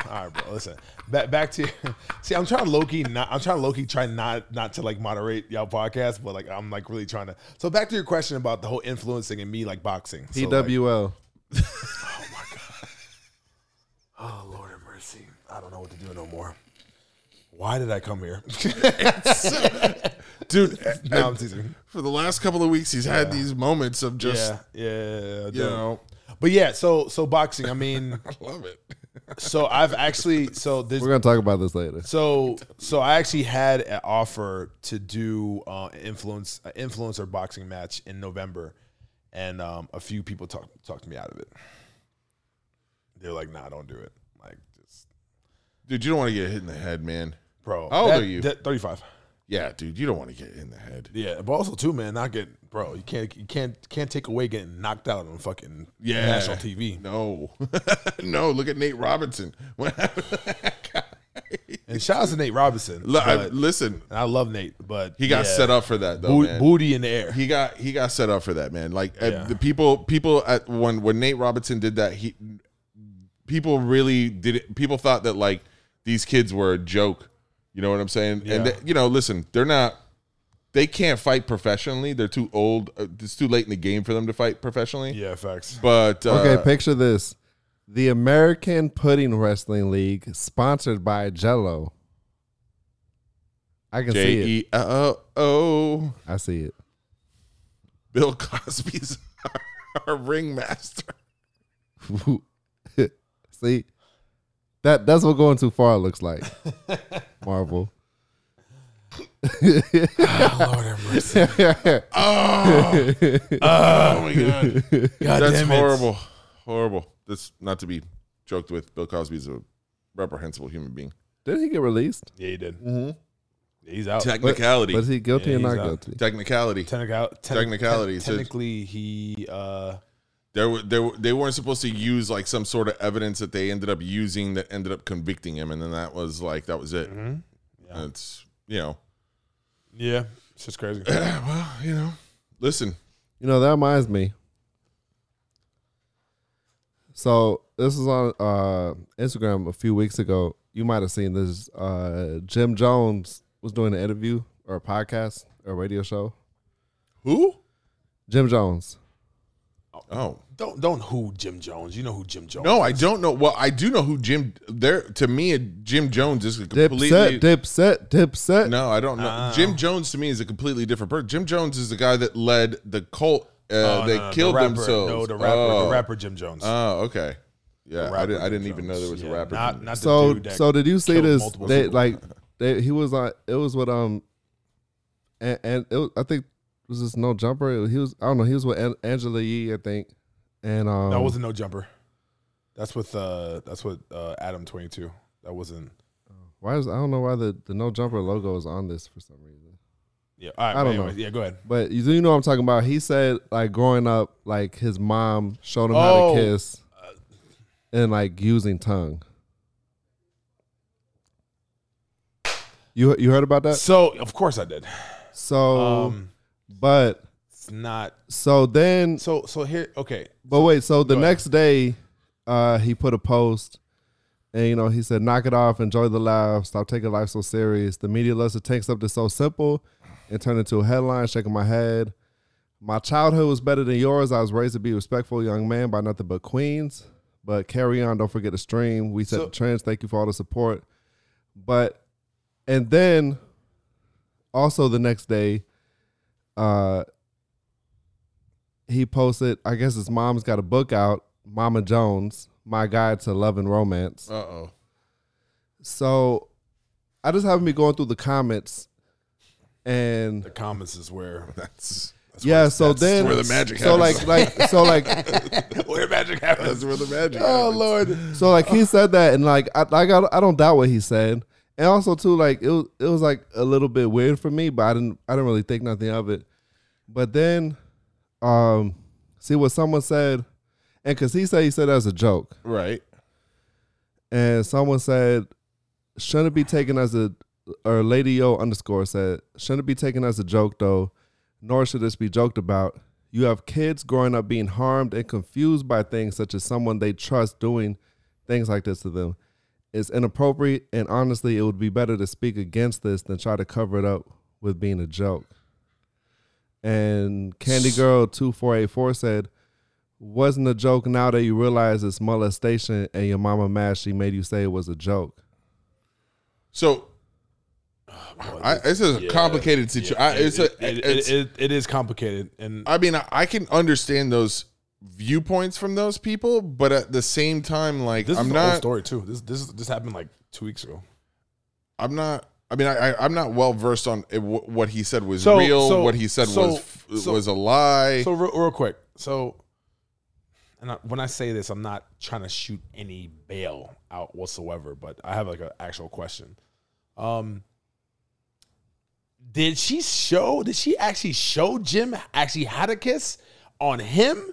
all right, bro. Listen, back back to see. I'm trying to low key not. I'm trying to low key try not not to like moderate y'all podcast, but like I'm like really trying to. So back to your question about the whole influencing and me like boxing. So, like, PWL. oh Lord have mercy, I don't know what to do no more. Why did I come here? Dude, now I'm teasing. for the last couple of weeks he's had these moments of just, Yeah, yeah, yeah, you know, But yeah, so so boxing. I mean, I love it. so I've actually so there's We're gonna talk about this later. So so I actually had an offer to do uh, influence uh, influencer boxing match in November, and um, a few people talked talked me out of it. They're like, "Nah, don't do it." Like, just Dude, you don't want to get hit in the head, man. bro. How old are you? Thirty five. Yeah, dude, you don't want to get hit in the head. Yeah, but also too, man. Not get bro. You can't you can't can't take away getting knocked out on fucking Yeah. national TV No. no, look at Nate Robinson. What happened? And shout out to Nate Robinson. Look, I- but- listen, and I love Nate, but he got yeah, set up for that though, boot- man. booty in the air. he got he got set up for that man like uh, Yeah. the people people at when when nate robinson did that he people really did it people thought that like these kids were a joke you know what i'm saying and Yeah. that- you know listen they're not they can't fight professionally they're too old uh, it's too late in the game for them to fight professionally yeah, facts. but uh, Okay, picture this: the American Pudding Wrestling League, sponsored by Jello. I can E see E it. j-e-o-o I see it. bill cosby's our, our ringmaster see, that that's what going too far looks like. Marvel. Lord have mercy. oh my god God Oh, That's damn it. horrible. Horrible. That's not to be joked with. Bill Cosby's a reprehensible human Uh, being. Did he get released? Yeah, he did. Mm-hmm. Yeah, he's out. Technicality. Was he guilty Yeah, or he's not out. guilty? Technicality. Technical, Technicality, so- technically, he. Uh, There were, there were, they weren't supposed to use like some sort of evidence that they ended up using that ended up convicting him, and then that was like that was it. Yeah. It's you know, yeah, it's just crazy. well, you know. Listen, You know that reminds me. So this was on uh, Instagram a few weeks ago. You might have seen this. Uh, Jim Jones was doing an interview or a podcast or a radio show. who? Jim Jones. Oh don't don't who Jim Jones. You know who Jim Jones? no, I don't know. Well, I do know who Jim. There to me, Jim Jones is a Dip completely set, dip set, dip set. No, I don't know. Ah. Jim Jones to me is a completely different person. Jim Jones is the guy that led the cult uh, Oh, no, that no, no, killed the rapper, themselves. No, the rapper, Oh, the rapper Jim Jones. Oh, okay. Yeah, I, Rapper did, I Jim didn't even Jones. know there was Yeah, a rapper. Not, not the So dude that so did you see killed this? multiple They people. like they, he was on. It was with um, and, and it was, I think was this no jumper. He was I don't know. He was with An- Angela Yee I think, and um, that wasn't no jumper. That's with uh, that's with uh, Adam twenty two. That wasn't. Why is I don't know why the, the no jumper logo is on this for some reason. Yeah, all right, I but don't know. anyway, Yeah, go ahead. But you do know what I'm talking about. He said like growing up, like his mom showed him how Oh. to kiss and like using tongue. You you heard about that? So of course I did. Uh, So Um, but it's not. so then So so here. Okay, but wait, so the Go ahead. next day, uh he put a post and you know, he said, knock it off, enjoy the laugh, stop taking life so serious. The media loves to take something so simple and turn it into a headline, shaking my head. My childhood was better than yours. I was raised to be a respectful young man by nothing but queens. But carry on, don't forget to stream. We set So- the trends. Thank you for all the support. But and then also the next day, uh he posted, I guess his mom's got a book out, Mama Jones, My Guide to Love and Romance. Uh oh. So I just happened to be going through the comments and The comments is where That's that's where- yeah, so that's then where the magic So happens. like like so like where magic happens. that's where the magic. Oh happens. Lord. so like he said that and like I like I, I don't doubt what he said. And also too like it was, it was like a little bit weird for me, but I didn't I didn't really think nothing of it. But then um see what someone said and cuz he said he said that as a joke. Right. and someone said, "Shouldn't it be taken as a," or Lady Yo underscore said, "Shouldn't it be taken as a joke though, nor should this be joked about. You have kids growing up being harmed and confused by things such as someone they trust doing things like this to them. It's inappropriate, and honestly, it would be better to speak against this than try to cover it up with being a joke." And Candy Girl two four eight four said wasn't a joke now that you realize it's molestation and your mama mad she made you say it was a joke. So I, this is a Yeah. complicated situation. Yeah, I, it's a. it- it- it's- it- it- it is complicated, and I mean, I, I can understand those viewpoints from those people, but at the same time, like this I'm is not. the old story too. This this this happened like two weeks ago. I'm not. I mean, I, I I'm not well versed on it, wh- what he said was So- real. so- what he said so- was f- so- was a lie. So real, real quick, so and I, when I say this, I'm not trying to shoot any bail out whatsoever, but I have like an actual question. Um, did she show? Did she actually show Jim actually had a kiss on him,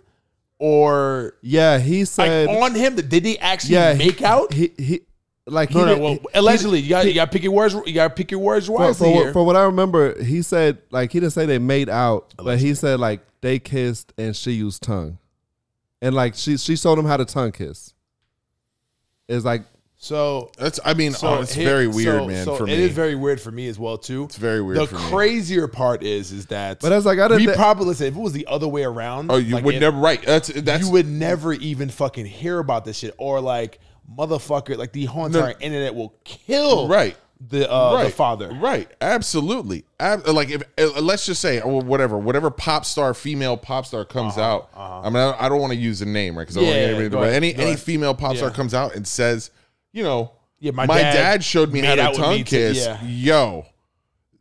or Yeah, he like said. on him? Did they actually yeah, he- make out? He he like no, he no. did- Well, he- allegedly, you got you got pick your words. You got to pick your words for, wisely for what- here. for what I remember, he said like he didn't say they made out, but he said like they kissed and she used tongue, and like she she showed him how to tongue kiss. It's like so That's. I mean, So oh, it's here- very weird, so- man. so for me, it is very weird for me as well too. It's very weird The for me. crazier part is is that. But that's like, I didn't We thi- probably listen. If it was the other way around, oh, you like, would if- never. Right. That's that's. you would never even fucking hear about this shit or like motherfucker. Like the whole entire internet will kill Right. the uh, right, the father. Right. Absolutely. Ab- like if uh, let's just say or whatever, whatever pop star, female pop star comes out. I mean, I, I don't want to use a name, right? Because I don't Uh-huh, Yeah, want yeah, anybody to. go But ahead, any go any ahead. female pop star Yeah. comes out and says, you know, Yeah, my, my dad, dad showed me how made to out with me tongue too, kiss. yeah. Yo.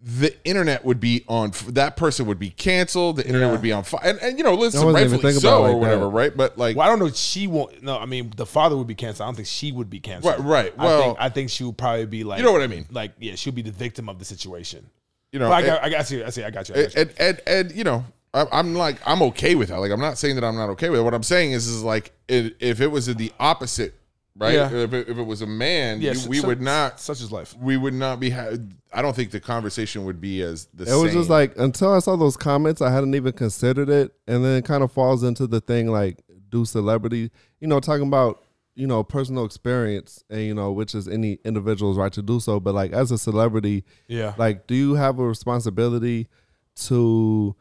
The internet would be on. f- That person would be canceled. The internet would be on fire. And, and you know, listen, wasn't even rightfully thinking about it so, or like that. whatever, right? But like, Well, I don't know. if She won't. No, I mean the father would be canceled. I don't think she would be canceled. Right, right. I Well- think, I think she would probably be like. You know what I mean. Like yeah, she'll be the victim of the situation. you know, Well, I, it- got, I, got, I see. I see. I got you. I got you. and and and you know I, i'm like i'm okay with that like i'm not saying that i'm not okay with it what i'm saying is is like it, if it was the opposite right Yeah. if, it, if it was a man Yeah, you- su- we su- would not Such is life. we would not be ha- i don't think the conversation would be as the It was same. just like until I saw those comments, I hadn't even considered it, and then it kind of falls into the thing like do celebrity, you know, talking about you know personal experience and you know which is any individual's right to do so, but like as a celebrity, Yeah. like do you have a responsibility to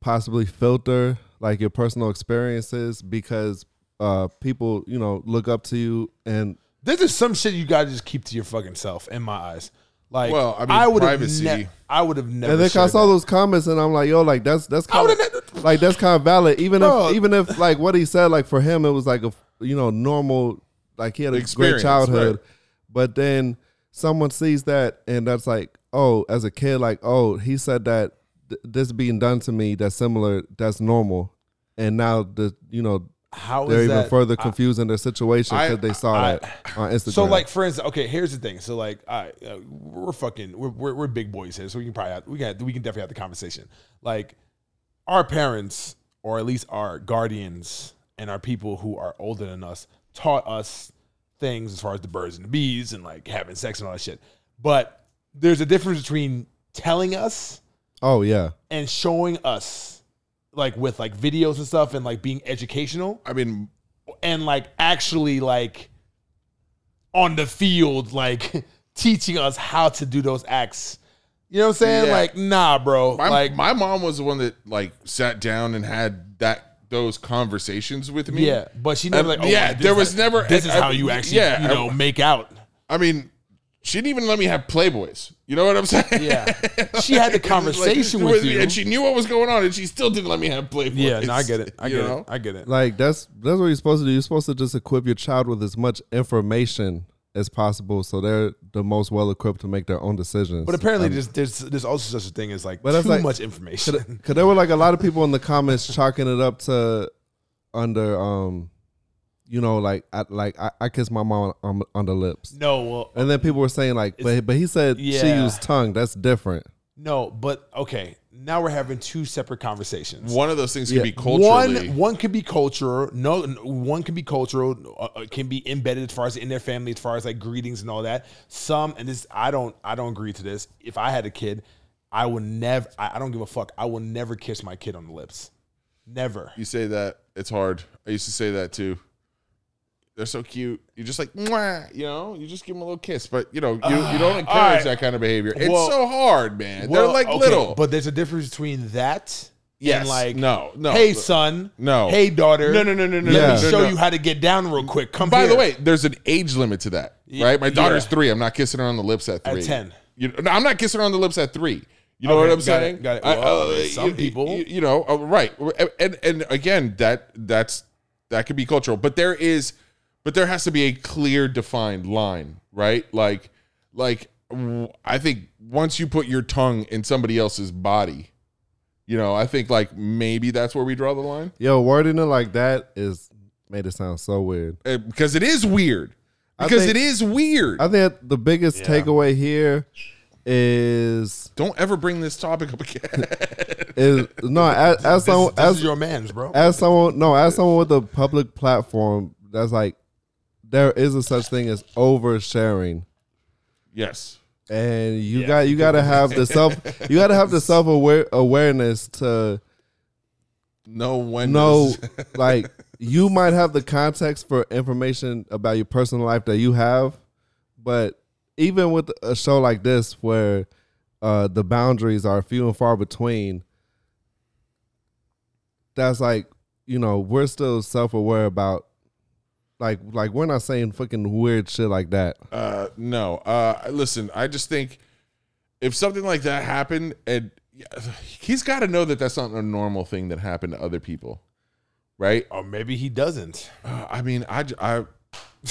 possibly filter like your personal experiences because uh people you know look up to you and This is some shit you gotta just keep to your fucking self. In my eyes, like Well, I mean, would privacy. Have ne- I would have never. And then I shared saw that. those comments, and I'm like, yo, like that's that's kind of, would've ne- like that's kind of valid. Even Bro. if even if like what he said, like for him, it was like a you know normal, like he had a great Experience, childhood, right. but then someone sees that, and that's like, oh, as a kid, like oh, he said that th- this being done to me, that's similar, that's normal, and now the you know How they're is even that- further confused in their situation I- because they saw I- that on Instagram. So like for instance, okay, here's the thing. So like, I uh, we're fucking we're, we're we're big boys here, so we can probably have, we can we can definitely have the conversation. Like, our parents or at least our guardians and our people who are older than us taught us things as far as the birds and the bees and like having sex and all that shit. But there's a difference between telling us oh yeah, and showing us like with like videos and stuff and like being educational i mean and like actually like on the field like teaching us how to do those acts you know what i'm saying Yeah. like nah bro my, like my mom was the one that like sat down and had that those conversations with me yeah but she never And- like oh, Um, yeah, this there is was how- never- e- this is I- how you actually yeah, you know I- make out i mean She didn't even let me have Playboys. You know what I'm saying? Yeah. She had It's the like, conversation with you. and she knew what was going on, and she still didn't let me have Playboys. Yeah, no, I get it. I You get know? it. I get it. Like that's that's what you're supposed to do. You're supposed to just equip your child with as much information as possible, so they're the most well equipped to make their own decisions. But apparently, there's, there's there's also such a thing as like But that's too like- much information. Cause there were like a lot of people in the comments chalking it up to under um, you know, like I like I, I kissed my mom on, on the lips, no, well, and then people were saying like, but but he said she Yeah. used tongue. That's different. no, but okay. Now we're having two separate conversations. One of those things can Yeah. be culturally. One one could be cultural. No, n- one can be cultural. Uh, uh, can be embedded as far as in their family, as far as like greetings and all that. Some and this, I don't, I don't agree to this. If I had a kid, I would never. I, I don't give a fuck. I will never kiss my kid on the lips. Never. you say that it's hard. I used to say that too. They're so cute. You just like, Mwah, you know, you just give them a little kiss, but you know, you, you don't encourage right. that kind of behavior. It's Well- so hard, man. Well, They're like okay, little. but there's a difference between that yes, and like no, no. Hey, son. No. Hey, daughter. No, no, no, no, no. Yeah. no, Let no, me show no. you how to get down real quick. Come. By the here. way, there's an age limit to that, right? My daughter's yeah. three. I'm not kissing her on the lips at At three. 10. You, no, I'm not kissing her on the lips at three. You know Okay, what I'm got saying? it, got it. I- Well, uh, I mean, some you- people- you, you know, uh, right? And and again, that that's that could be cultural, but there is, but there has to be a clear defined line, right? Like, like w- I think once you put your tongue in somebody else's body, you know, I think like maybe that's where we draw the line. Yo, wording it like that is made it sound so weird. Uh, because it is weird. Because think- it is weird. I think the biggest takeaway here is Don't ever bring this topic up again. is no as, as this, someone this is as, your man's, bro. as someone no as someone with a public platform that's like there is a such thing as oversharing yes. and you got you got to have the self you got to have the self aware awareness to No when know like you might have the context for information about your personal life that you have but even with a show like this where uh the boundaries are few and far between that's like you know we're still self-aware about like like we're not saying fucking weird shit like that Uh, no. Uh, listen, I just think if something like that happened, and he's got to know that that's not a normal thing that happened to other people, right? or Oh, maybe he doesn't. Uh, I mean, I, j- I,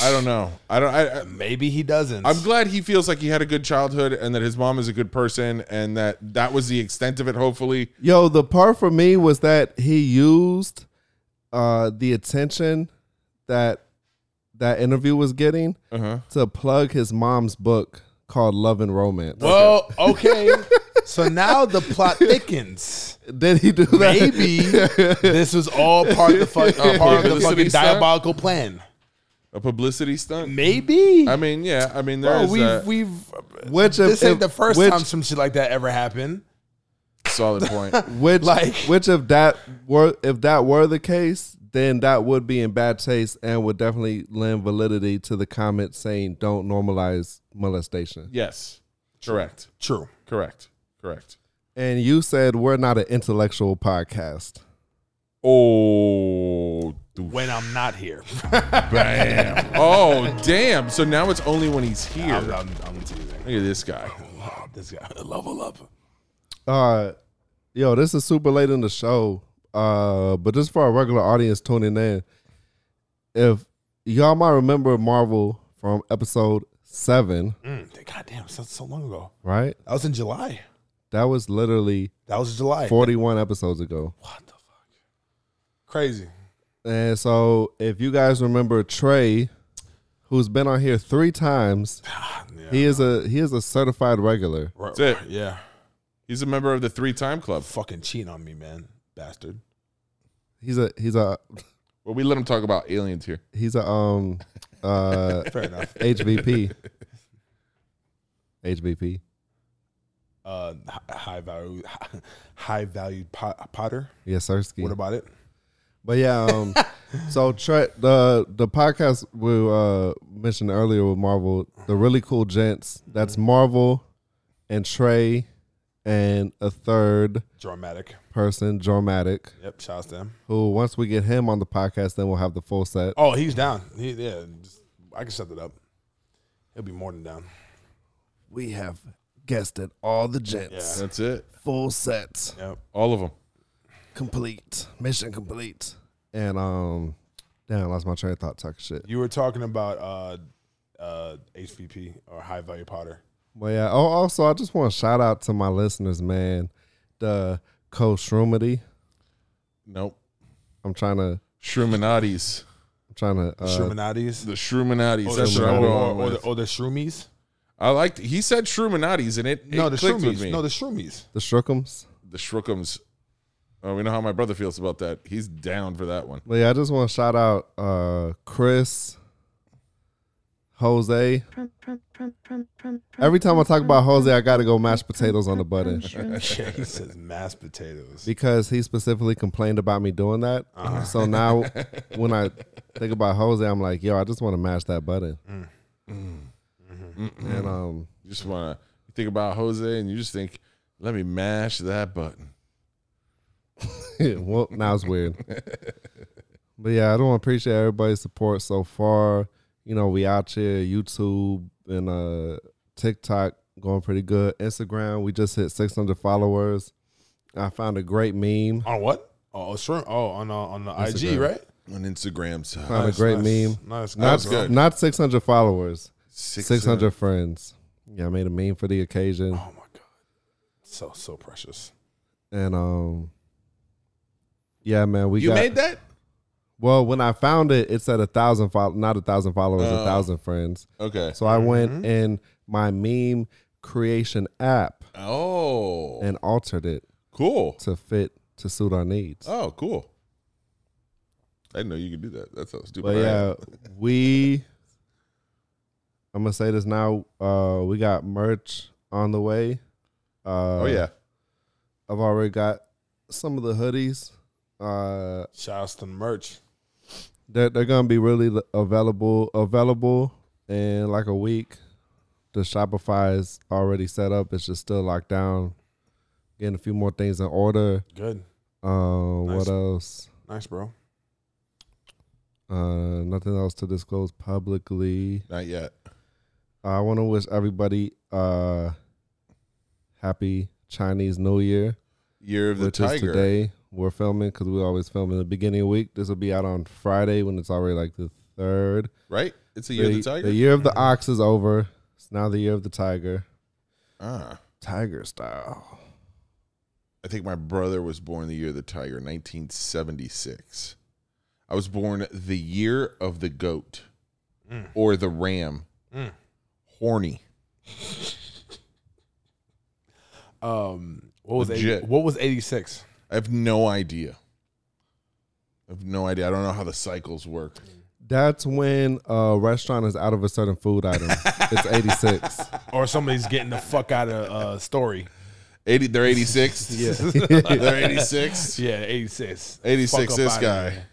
I don't know. I don't. I, I, Maybe he doesn't. I'm glad he feels like he had a good childhood and that his mom is a good person and that that was the extent of it. Hopefully, Yo, the part for me was that he used uh, the attention that that interview was getting Uh-huh. to plug his mom's book called Love and Romance. Well, okay. so now the plot thickens. Did he do that? Maybe this was all part of the, fu- uh, part of the fucking Publicity stunt? diabolical plan. a publicity stunt. Maybe. I mean, yeah. I mean, Bro, there's we've that we've Which if, this ain't the if- first which, time some shit like that ever happened. solid point. Which like- like which if that were if that were the case, then that would be in bad taste and would definitely lend validity to the comment saying don't normalize molestation. yes, correct. True. Correct. Correct. And you said we're not an intellectual podcast. Oh, When I'm not here, bam. oh, damn. So now it's only when he's here. I'm, I'm, I'm teasing. Look at this guy. This guy, level up. Uh, yo, this is super late in the show. Uh, but just for our regular audience tuning in, if y'all might remember Marvel from episode seven, Mm, goddamn, so, so long ago. right? That was in July. That was literally That was July. forty-one episodes ago. What the fuck? Crazy. And so, if you guys remember Trey, who's been on here three times, Ah, Yeah. he is a he is a certified regular. That's it. Yeah. He's a member of the three time club. Fucking cheating on me, man, bastard. He's a he's a Well, we let him talk about aliens here. he's a um uh Fair enough. HVP. HVP. Uh, hi- high value, high valued pot, Potter. Yes, Sirski. What about it? But yeah, um, so Tre- the the podcast we uh, mentioned earlier with Marvel, the really cool gents. That's Marvel and Trey, and a third Dramatic. person, Dramatic. Yep. Shouts to him. Who once we get him on the podcast, then we'll have the full set. Oh, he's down. He, yeah, just- I can set it up. He'll be more than down. we have guessed it. All the gents, That's it. full sets, Yep. All of them. complete, mission complete. And um, damn, I lost my train of thought. Talking shit. You were talking about uh, uh, HVP or high value powder. Well, yeah. Oh, also, I just want to shout out to my listeners, man. The co-shrumity. Nope. I'm trying to. Shroominatis. I'm trying to. The Uh, The Shroominatis. That's the what I'm Shroom- going or, or, Oh, the, with. or the shroomies. I liked. He said Shroominatis, and it, it No, the clicked with me. shroomies. No, the shroomies. the Shrookums. the Shrookums. Oh, we know how my brother feels about that. He's down for that one. But yeah, I just want to shout out uh, Chris, Jose. Every time I talk about Jose, I got to go mashed potatoes on the button Yeah, he says mashed potatoes. because he specifically complained about me doing that. So now when I think about Jose, I'm like, yo, I just want to mash that button. And um, You just want to think about Jose, and you just think, "Let me mash that button." well, now it's weird. but yeah, I don't appreciate everybody's support so far. You know, we out here, YouTube and uh TikTok going pretty good. Instagram, we just hit 600 followers. I found a great meme. On what? Oh, shroom. Oh, on uh, on the IG, Instagram. right? On Instagram, so Found a great nice. meme. Nice, Not, nice, good. not 600 followers, six 600 friends. Yeah, I made a meme for the occasion. Oh my god, so so precious. And um yeah, man, we You got made that? well when I found it, it said a thousand fol- not a thousand followers, a Oh. thousand friends. Okay. So I Mm-hmm. went in my meme creation app Oh, and altered it cool. to fit to suit our needs. Oh, cool. I didn't know you could do that. That's how stupid. but I yeah, am. we I'm gonna say this now. Uh we got merch on the way. Uh Oh yeah. I've already got some of the hoodies. Uh Shouts to the merch. they're they're gonna be really l- available available in like a week. The Shopify is already set up, it's just still locked down. Getting a few more things in order. Good, Uh, Nice. What else? nice, bro. Uh, nothing else to disclose publicly. Not yet. I want to wish everybody uh happy Chinese New Year, Year of the which is Tiger. today. We're filming because we always film in the beginning of the week. This will be out on Friday when it's already like the third. Right? It's a year the, of the tiger. the year of the ox is over. It's now the year of the tiger. ah. Tiger style. I think my brother was born the year of the tiger, 1976. I was born the year of the goat or the ram. Horny. Um, what was 80, Legit. what was eighty six? I have no idea. I have no idea. I don't know how the cycles work. That's when a restaurant is out of a certain food item. it's 86. Or somebody's getting the fuck out of uh, story. 80 they're 86. yeah. They're 86. Yeah, eighty six. 86 this guy.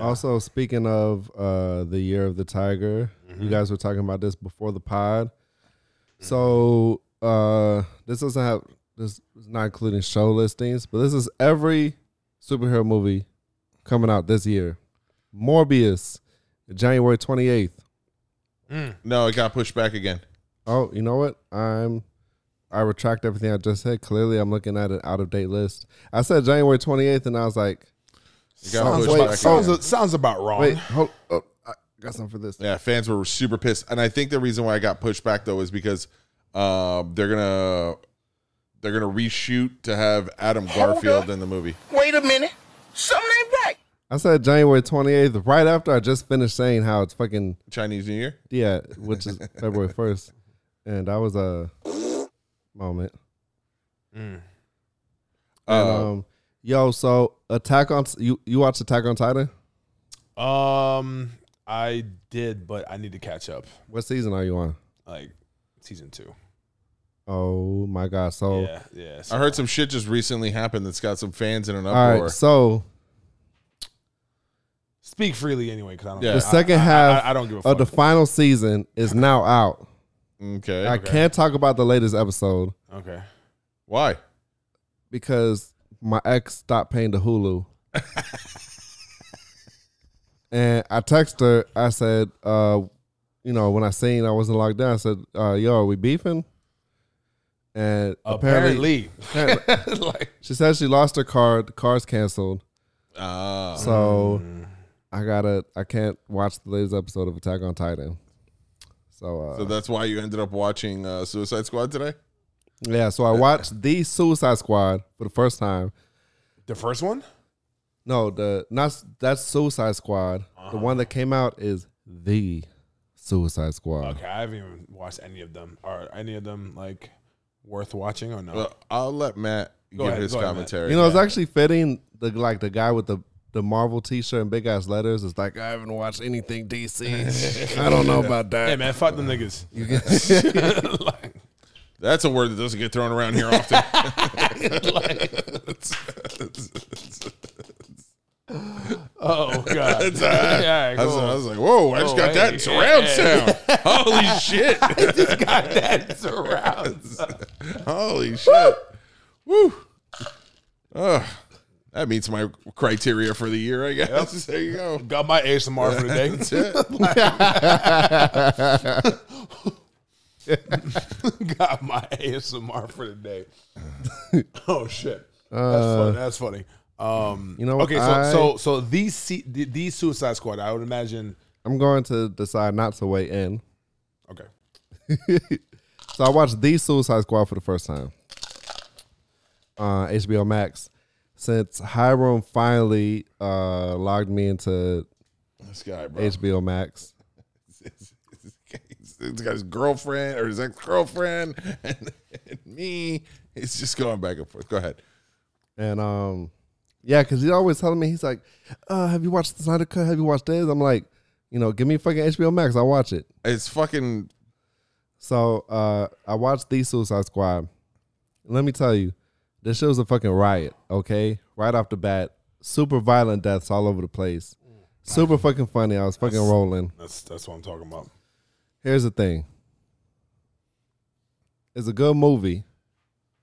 Also, speaking of uh, the year of the tiger, you guys were talking about this before the pod. So uh, this doesn't have this is not including show listings, but this is every superhero movie coming out this year. Morbius, January twenty eighth. Mm. No, it got pushed back again. Oh, you know what? I'm I retract everything I just said. Clearly, I'm looking at an out of date list. I said January twenty eighth, and I was like, It got Sounds pushed like- back Sounds again. sounds about wrong. wait, hold, oh, I got something for this. Yeah, fans were super pissed, and I think the reason why I got pushed back though is because uh, they're gonna they're gonna reshoot to have Adam Garfield in the movie. Wait a minute. Something ain't right. I said January 28th, right after I just finished saying how it's fucking, Chinese New Year. yeah, which is February 1st. And that was a moment. Mm. And, Uh, um, yo, so Attack on, you, you watched Attack on Titan? Um, I did, but I need to catch up. What season are you on? Like season two. Oh my God. So, Yeah, yeah. I heard some shit just recently happened that's got some fans in an all uproar. right. So, Speak freely anyway, because I don't. Yeah. the I- second I- half I, I don't give a of fuck. uh, the final season is now out. okay, I can't talk about the latest episode okay. why? because my ex stopped paying the Hulu. and I texted her, I said, uh, you know, when I seen I wasn't locked down, I said, uh, "Yo, are we beefing?" And apparently, Apparently, like she said she lost her card. The car's canceled, Ah, so Mm. I gotta. I can't watch the latest episode of Attack on Titan. So, uh, so that's why you ended up watching uh, Suicide Squad today. yeah, so I watched the Suicide Squad for the first time. the first one. No, the not that's Suicide Squad. The one Uh-huh. that came out is the Suicide Squad. Okay, I haven't even watched any of them. Are any of them like worth watching or no? Well, I'll let Matt Go give ahead, his go ahead, Matt. commentary. You know, it's actually fitting the like the guy with the the Marvel T-shirt and big ass letters. It's like I haven't watched anything DC. I don't know about that. hey man, fuck them niggas. like, That's a word that doesn't get thrown around here often. oh god. yeah, I, was, cool. I was like, whoa, I just Oh, got that hey, in surround yeah. sound. Holy shit. God, that surrounds. Holy shit. Woo. Ugh. that meets my criteria for the year, I guess. There you go. Got my ASMR for the That's day. it. Got my ASMR for the day. oh shit. That's funny. That's funny. Um, Uh, You know, okay, so I- so so these se- the- these Suicide Squad, I would imagine. I'm going to decide not to weigh in. Okay, So I watched the Suicide Squad for the first time. Uh, HBO Max. Since Hiram finally uh, logged me into This guy, bro. HBO Max. He's got his girlfriend or his ex girlfriend and, and me. It's just going back and forth. Go ahead. And um, yeah, because he's always telling me he's like, uh, "Have you watched the Snyder Cut? Have you watched this?" I'm like, you know, give me fucking HBO Max. I'll watch it. It's fucking So uh, I watched the Suicide Squad. Let me tell you, this show's a fucking riot. Okay, right off the bat, super violent deaths all over the place. Super fucking funny. I was fucking rolling. that's that's what I'm talking about. Here's the thing. It's a good movie.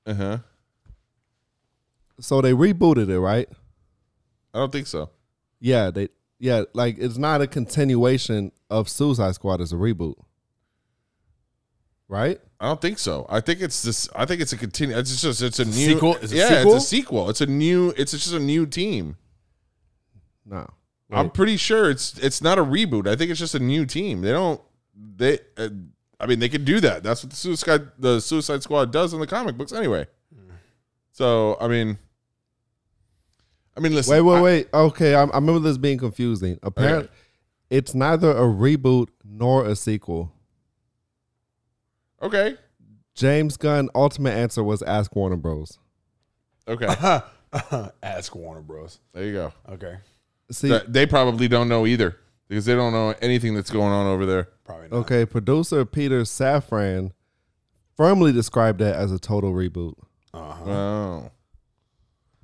uh huh. So they rebooted it, right? I don't think so. Yeah, they yeah, like it's not a continuation of Suicide Squad, it's a reboot. Right? I don't think so. I think it's this. I think it's a continue. It's just it's a new Sequel? Is it yeah, sequel? it's a sequel. It's a new. It's just a new team. No. I'm pretty sure it's it's not a reboot. I think it's just a new team. They don't they. Uh, I mean, they can do that. That's what the Suicide the Suicide Squad does in the comic books anyway. So I mean, I mean, listen. Wait, wait, wait. Okay, I, I remember this being confusing. Apparently, it's neither a reboot nor a sequel. I- okay, James Gunn ultimate answer was ask Warner Bros. okay. Ask Warner Bros. There you go. Okay, See, That- they probably don't know either because they don't know anything that's going on over there. probably not. okay, producer Peter Safran firmly described that as a total reboot. Oh,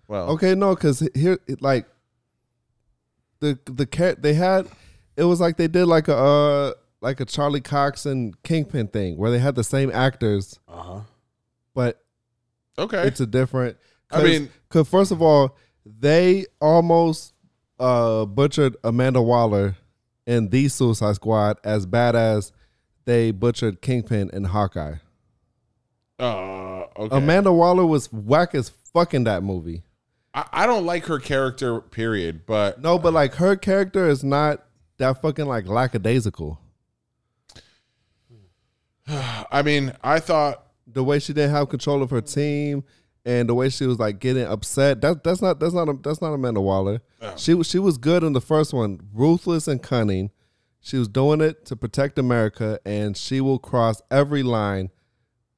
well, Uh-huh. Okay, no, because here, it, like, the the cat they had, it was like they did like a uh, like a Charlie Cox and Kingpin thing where they had the same actors, Uh huh. but okay. it's a different. I mean- because first of all, they almost uh butchered Amanda Waller in the Suicide Squad as bad as they butchered Kingpin in Hawkeye. Uh, okay. Amanda Waller was whack as fuck in that movie. I, I don't like her character, period. But No, but like her character is not that fucking like lackadaisical. I mean, I thought The way she didn't have control of her team and the way she was like getting upset. That that's not that's not a, that's not Amanda Waller. She was she was good in the first one, ruthless and cunning. She was doing it to protect America, and she will cross every line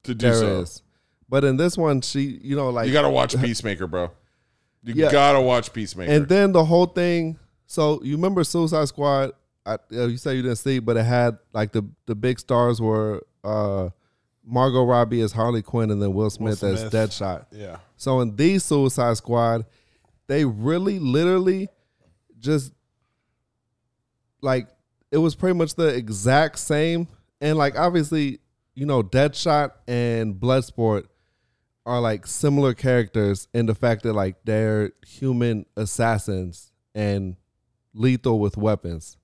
to do there is. so. But in this one, she you know like You got to watch Peacemaker, bro. You Yeah. got to watch Peacemaker. And then the whole thing. So you remember Suicide Squad? I, uh, you say you didn't see, but it had like the the big stars were uh, Margot Robbie as Harley Quinn, and then Will Smith, as Smith. Deadshot. Yeah. So in the Suicide Squad, they really, literally, just like it was pretty much the exact same. And like obviously, you know, Deadshot and Bloodsport are like similar characters in the fact that like they're human assassins and lethal with weapons.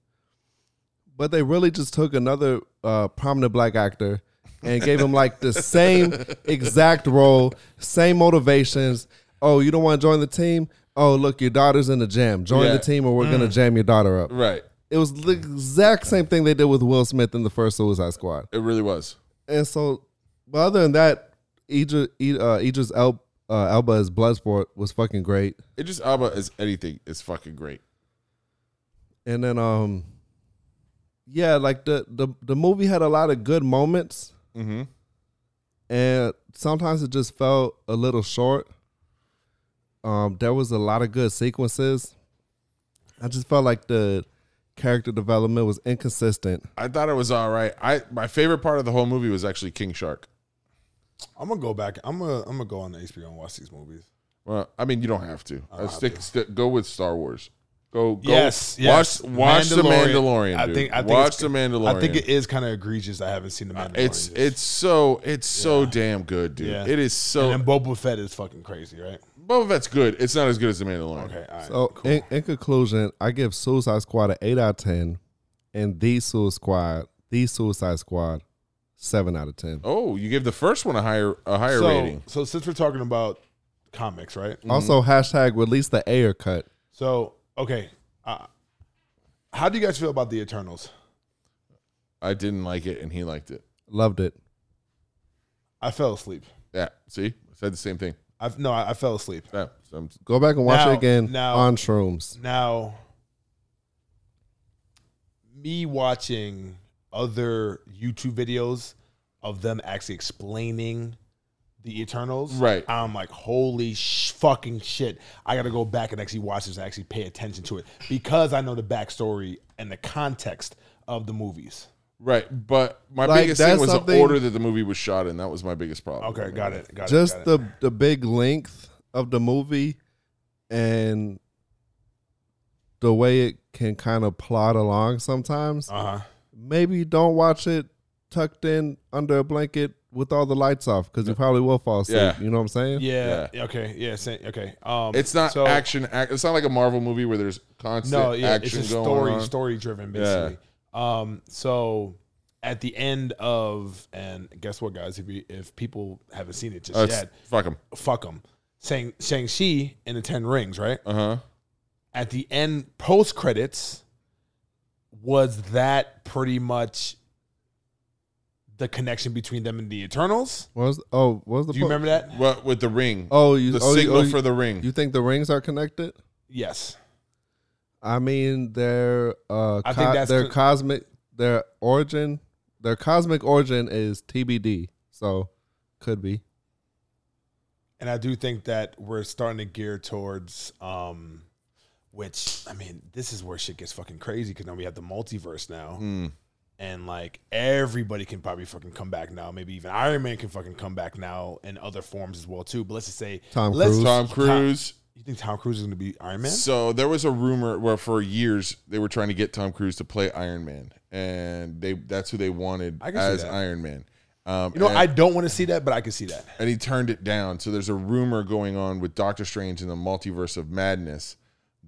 But they really just took another uh, prominent black actor and gave him like the same exact role, same motivations. Oh, you don't want to join the team? Oh, look, your daughter's in the jam. Join Yeah. the team, or we're gonna jam your daughter up. Right. It was the exact same thing they did with Will Smith in the first Suicide Squad. It really was. And so, but other than that, Idris, Id- uh, Idris El, uh, Elba as Bloodsport was fucking great. It just Alba is anything is fucking great. And then, um, yeah, like the the the movie had a lot of good moments, Mm-hmm. and sometimes it just felt a little short. Um, there was a lot of good sequences. I just felt like the character development was inconsistent. I thought it was all right. I my favorite part of the whole movie was actually King Shark. I'm gonna go back. I'm gonna I'm gonna go on HBO and watch these movies. Well, I mean, you don't have to. don't Uh, have stick, to. stick. Go with Star Wars. Go. go Yes, yes. Watch. Watch the Mandalorian. I think. I think watch it's- the Mandalorian. Uh, I think it is kind of egregious. I haven't seen the Mandalorian. It's yet. it's so it's so Yeah. damn good, dude. Yeah. It is so. and then Boba Fett is fucking crazy, right? Boba Fett's good. It's not as good as the Mandalorian. Okay, all right. So, cool. in, in conclusion, I give Suicide Squad an 8 out of 10, and The Suicide Squad, The Suicide Squad, 7 out of 10. Mm-hmm. Oh, you gave the first one a higher a higher so, rating. so since we're talking about comics, right? Also, hashtag release the air cut. So okay, uh, how do you guys feel about the Eternals? I didn't like it, and he liked it. Loved it. I fell asleep. Yeah. See, I said the same thing. I no, I, I fell asleep. Yeah. So I'm- Go back and watch Now- it again now- on shrooms. Now, me watching other YouTube videos of them actually explaining the Eternals, Right. I'm like, holy sh- fucking shit! I gotta go back and actually watch this and actually pay attention to it because I know the backstory and the context of the movies. right, but my Like, biggest thing that's was the something- order that the movie was shot in. That was my biggest problem. Okay, got it. Got it. Just got it. the, the big length of the movie and the way it can kind of plod along sometimes. uh huh. Maybe don't watch it tucked in under a blanket with all the lights off because you probably will fall asleep. Yeah. You know what I'm saying? Yeah. Okay. Yeah. Same, okay. Um, It's not so- action. Ac- it's not like a Marvel movie where there's constant No. Yeah. It's action a going story. on. Story driven, basically. Um. So at the end of and guess what, guys? If you, if people haven't seen it just Uh, it's- yet, fuck him. fuck them. Shang Shang Chi and the Ten Rings, right? Uh huh. At the end, post credits, was that pretty much the connection between them and the Eternals? What was oh what was the Do you po- remember that? What with the ring? Oh, you the oh, you- signal oh, you- for the ring. You think the rings are connected? Yes. I mean, their uh, I I think think that's their co- cosmic their origin, their cosmic origin is TBD. So, could be. and I do think that we're starting to gear towards, um, which I mean, this is where shit gets fucking crazy because now we have the multiverse now, Mm. and like everybody can probably fucking come back now. Maybe even Iron Man can fucking come back now in other forms as well too. But let's just say Tom let's- Cruise. Tom Cruise. you think Tom Cruise is going to be Iron Man? So there was a rumor where for years they were trying to get Tom Cruise to play Iron Man, and they that's who they wanted I can see as that. Iron Man. Um, you know, and, I don't want to see that, but I can see that. and he turned it down. So there's a rumor going on with Doctor Strange in the Multiverse of Madness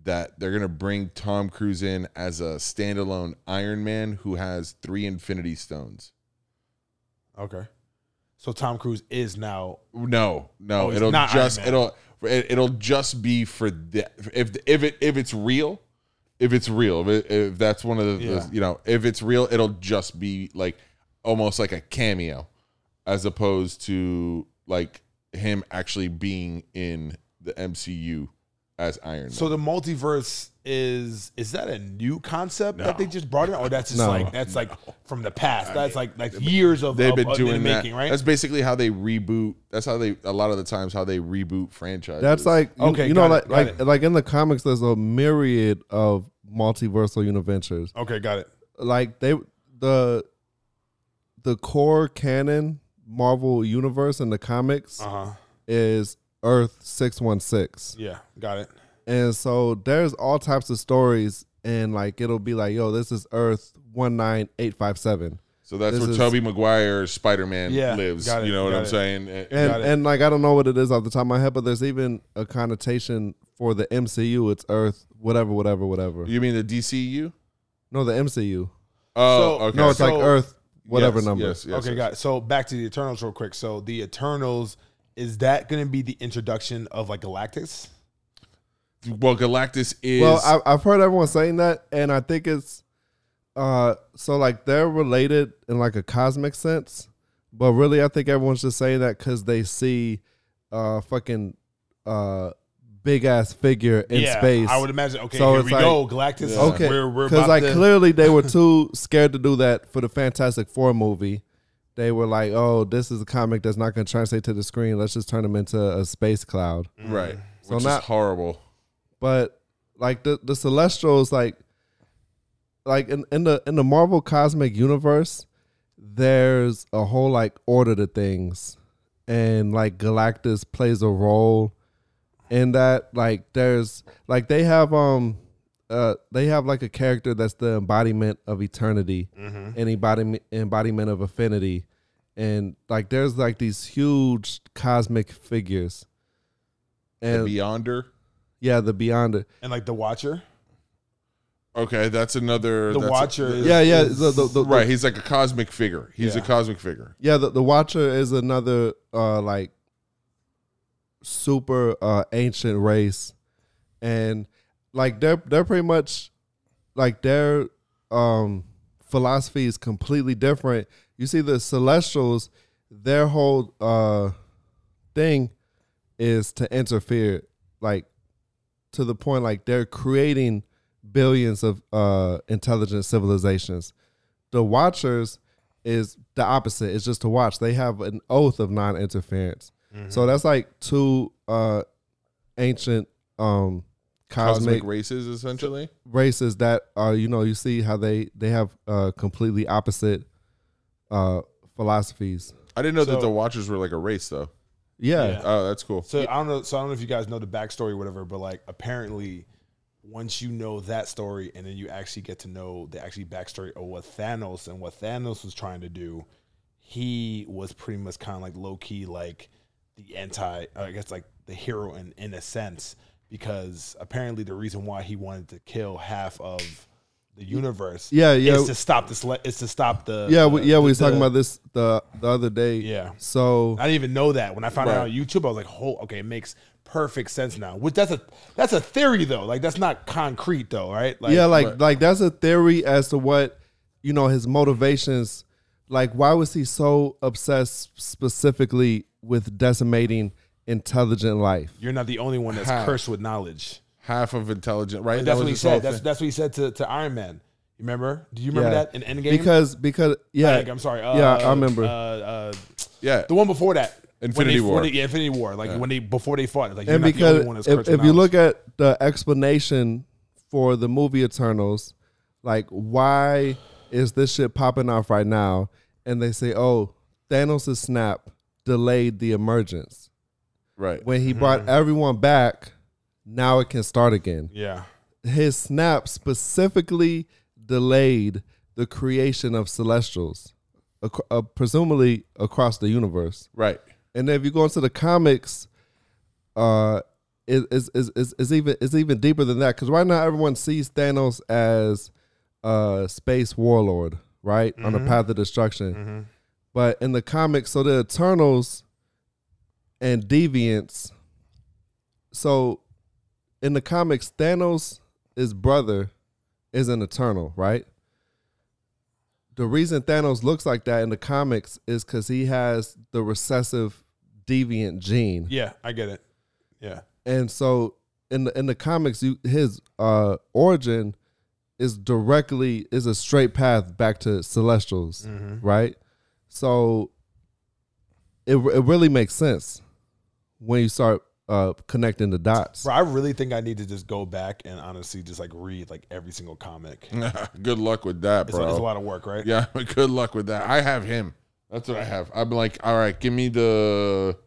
that they're gonna bring Tom Cruise in as a standalone Iron Man who has three Infinity Stones. Okay. So Tom Cruise is now No, no, Oh, he's it'll not Iron just Man. it'll it, it'll just be for the if if it if it's real, if it's real, if, it, if that's one of the, the- Yeah. you know if it's real, it'll just be like almost like a cameo, as opposed to like him actually being in the MCU as Iron Man. So the multiverse is is that a new concept that they just brought in, or that's just No. like that's like from the past? That's like like years of They've of- been of in the doing that. uh, making, right? That's basically how they reboot. That's how they a lot of the times how they reboot franchises. That's like you, Okay, you know, got it, like got like it. like in the comics, there's a myriad of multiversal univentures. okay, got it. Like they the the core canon Marvel universe in the comics Uh Uh-huh. huh. is Earth six one six. Yeah, got it. And so there's all types of stories, and like it'll be like, yo, this is Earth 19857. So that's This where is- Tobey Maguire's Spider Man Yeah, lives. got it, you know what got I'm it. saying? Eh, And Got it. and like I don't know what it is off the top of my head, but there's even a connotation for the MCU. It's Earth, whatever, whatever, whatever. you mean the DCU? No, the MCU. Oh, So- okay. No, it's So- like Earth, whatever Yes, number. Yes, yes, okay, yes. guys. So back to the Eternals real quick. So the Eternals is that going to be the introduction of like Galactus? Well, Galactus is. Well, I, I've heard everyone saying that, and I think it's uh so like they're related in like a cosmic sense, but really I think everyone's just saying that because they see uh fucking uh big ass figure in space. I would imagine. Okay, So here it's we like- go. Galactus. Okay, we're we're because about like to- clearly they were too scared to do that for the Fantastic Four movie. They were like, "Oh, this is a comic that's not going to translate to the screen. Let's just turn them into a space cloud." right. So which not- is horrible. but like the the celestials like like in, in the in the marvel cosmic universe there's a whole like order to things and like galactus plays a role in that like there's like they have um uh they have like a character that's the embodiment of eternity and embodiment embodiment of affinity and like there's like these huge cosmic figures and the Beyonder. yeah, the Beyonder. and like the Watcher. Okay, that's another. The that's a- Watcher. is- Yeah, yeah, is- the, the, the, right, he's like a cosmic figure. He's Yeah. a cosmic figure. yeah. The, the Watcher is another uh like super uh ancient race, and like they're they're pretty much like their um philosophy is completely different. You see, the Celestials, their whole uh thing is to interfere, like to the point like they're creating billions of uh intelligent civilizations. The Watchers is the opposite. It's just to watch. They have an oath of non-interference. So that's like two uh ancient um Cosmic cosmic, races, essentially. races that are you know you see how they they have uh completely opposite uh philosophies. I didn't know that So- the Watchers were like a race, though. Yeah. Yeah. Oh, that's cool. So I don't know. So I don't know if you guys know the backstory or whatever, but like apparently, once you know that story, and then you actually get to know the actually backstory of what Thanos and what Thanos was trying to do, he was pretty much kind of like low key, like the anti, uh, I guess like the hero in in a sense, because apparently the reason why he wanted to kill half of the universe, Yeah, yeah. is to stop this, le- is to stop the, yeah, we, the- yeah, we the- was talking the- about this the the other day. Yeah. So I didn't even know that. When I found out Right. on YouTube, I was like, "Oh, okay, it makes perfect sense now." Which that's a that's a theory though. Like that's not concrete though, right? Like, yeah, like like that's a theory as to what you know his motivations. Like, why was he so obsessed specifically with decimating intelligent life? you're not the only one that's How? cursed with knowledge. Half of intelligent, right? That's was what he his whole said. That's thing. that's what he said to, to Iron Man. You remember? Do you remember Yeah. that in Endgame? Because because yeah, Like, I'm sorry. Uh, yeah, I remember. Uh, uh, yeah. the one before that, When Infinity they- when War. they- yeah, Infinity War. Like when they before they fought, it's like you're and not the only one because that's if, cursed. if you look at the explanation for the movie Eternals, like why is this shit popping off right now? And they say, oh, Thanos' snap delayed the emergence. right. When he Mm-hmm. brought everyone back, now it can start again. yeah, His snap specifically delayed the creation of celestials, ac- uh, presumably across the universe. Right. And if you go into the comics, uh, it- it's, it's, it's, it's even it's even deeper than that because right now everyone sees Thanos as a space warlord, right, on the path of destruction. But in the comics, so the Eternals and Deviants. So, in the comics, Thanos' his brother is an Eternal, right? the reason Thanos looks like that in the comics is because he has the recessive deviant gene, yeah, I get it. Yeah, and so in the in the comics, you, his uh, origin is directly is a straight path back to Celestials, right? So it it really makes sense when you start uh, connecting the dots. bro. I really think I need to just go back and honestly just like read like every single comic. good luck with that, It's, bro. a, it's a lot of work, right? Yeah, good luck with that. I have him. That's what I have. I'm like, all right, give me the,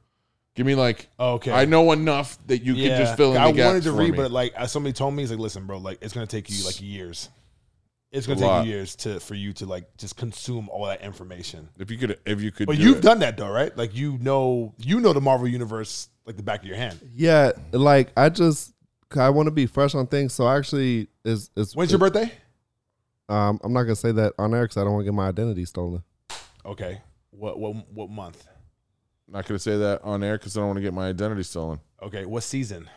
give me like, Okay. I know enough that you can just fill in I the gaps. wanted to for read, me. but like uh, somebody told me, he's like, "Listen, bro, like it's gonna take you like years. It's gonna A take lot. you years to for you to like just consume all that information." if you could, if you could, But do you've it. done that though, right? Like you know, you know the Marvel universe like the back of your hand. Yeah, like I just 'cause I want to be fresh on things, so I actually is is When's your birthday? Um, I'm not gonna say that on air because I don't want to get my identity stolen. Okay. What what what month? Not gonna say that on air because I don't want to get my identity stolen. Okay. What season?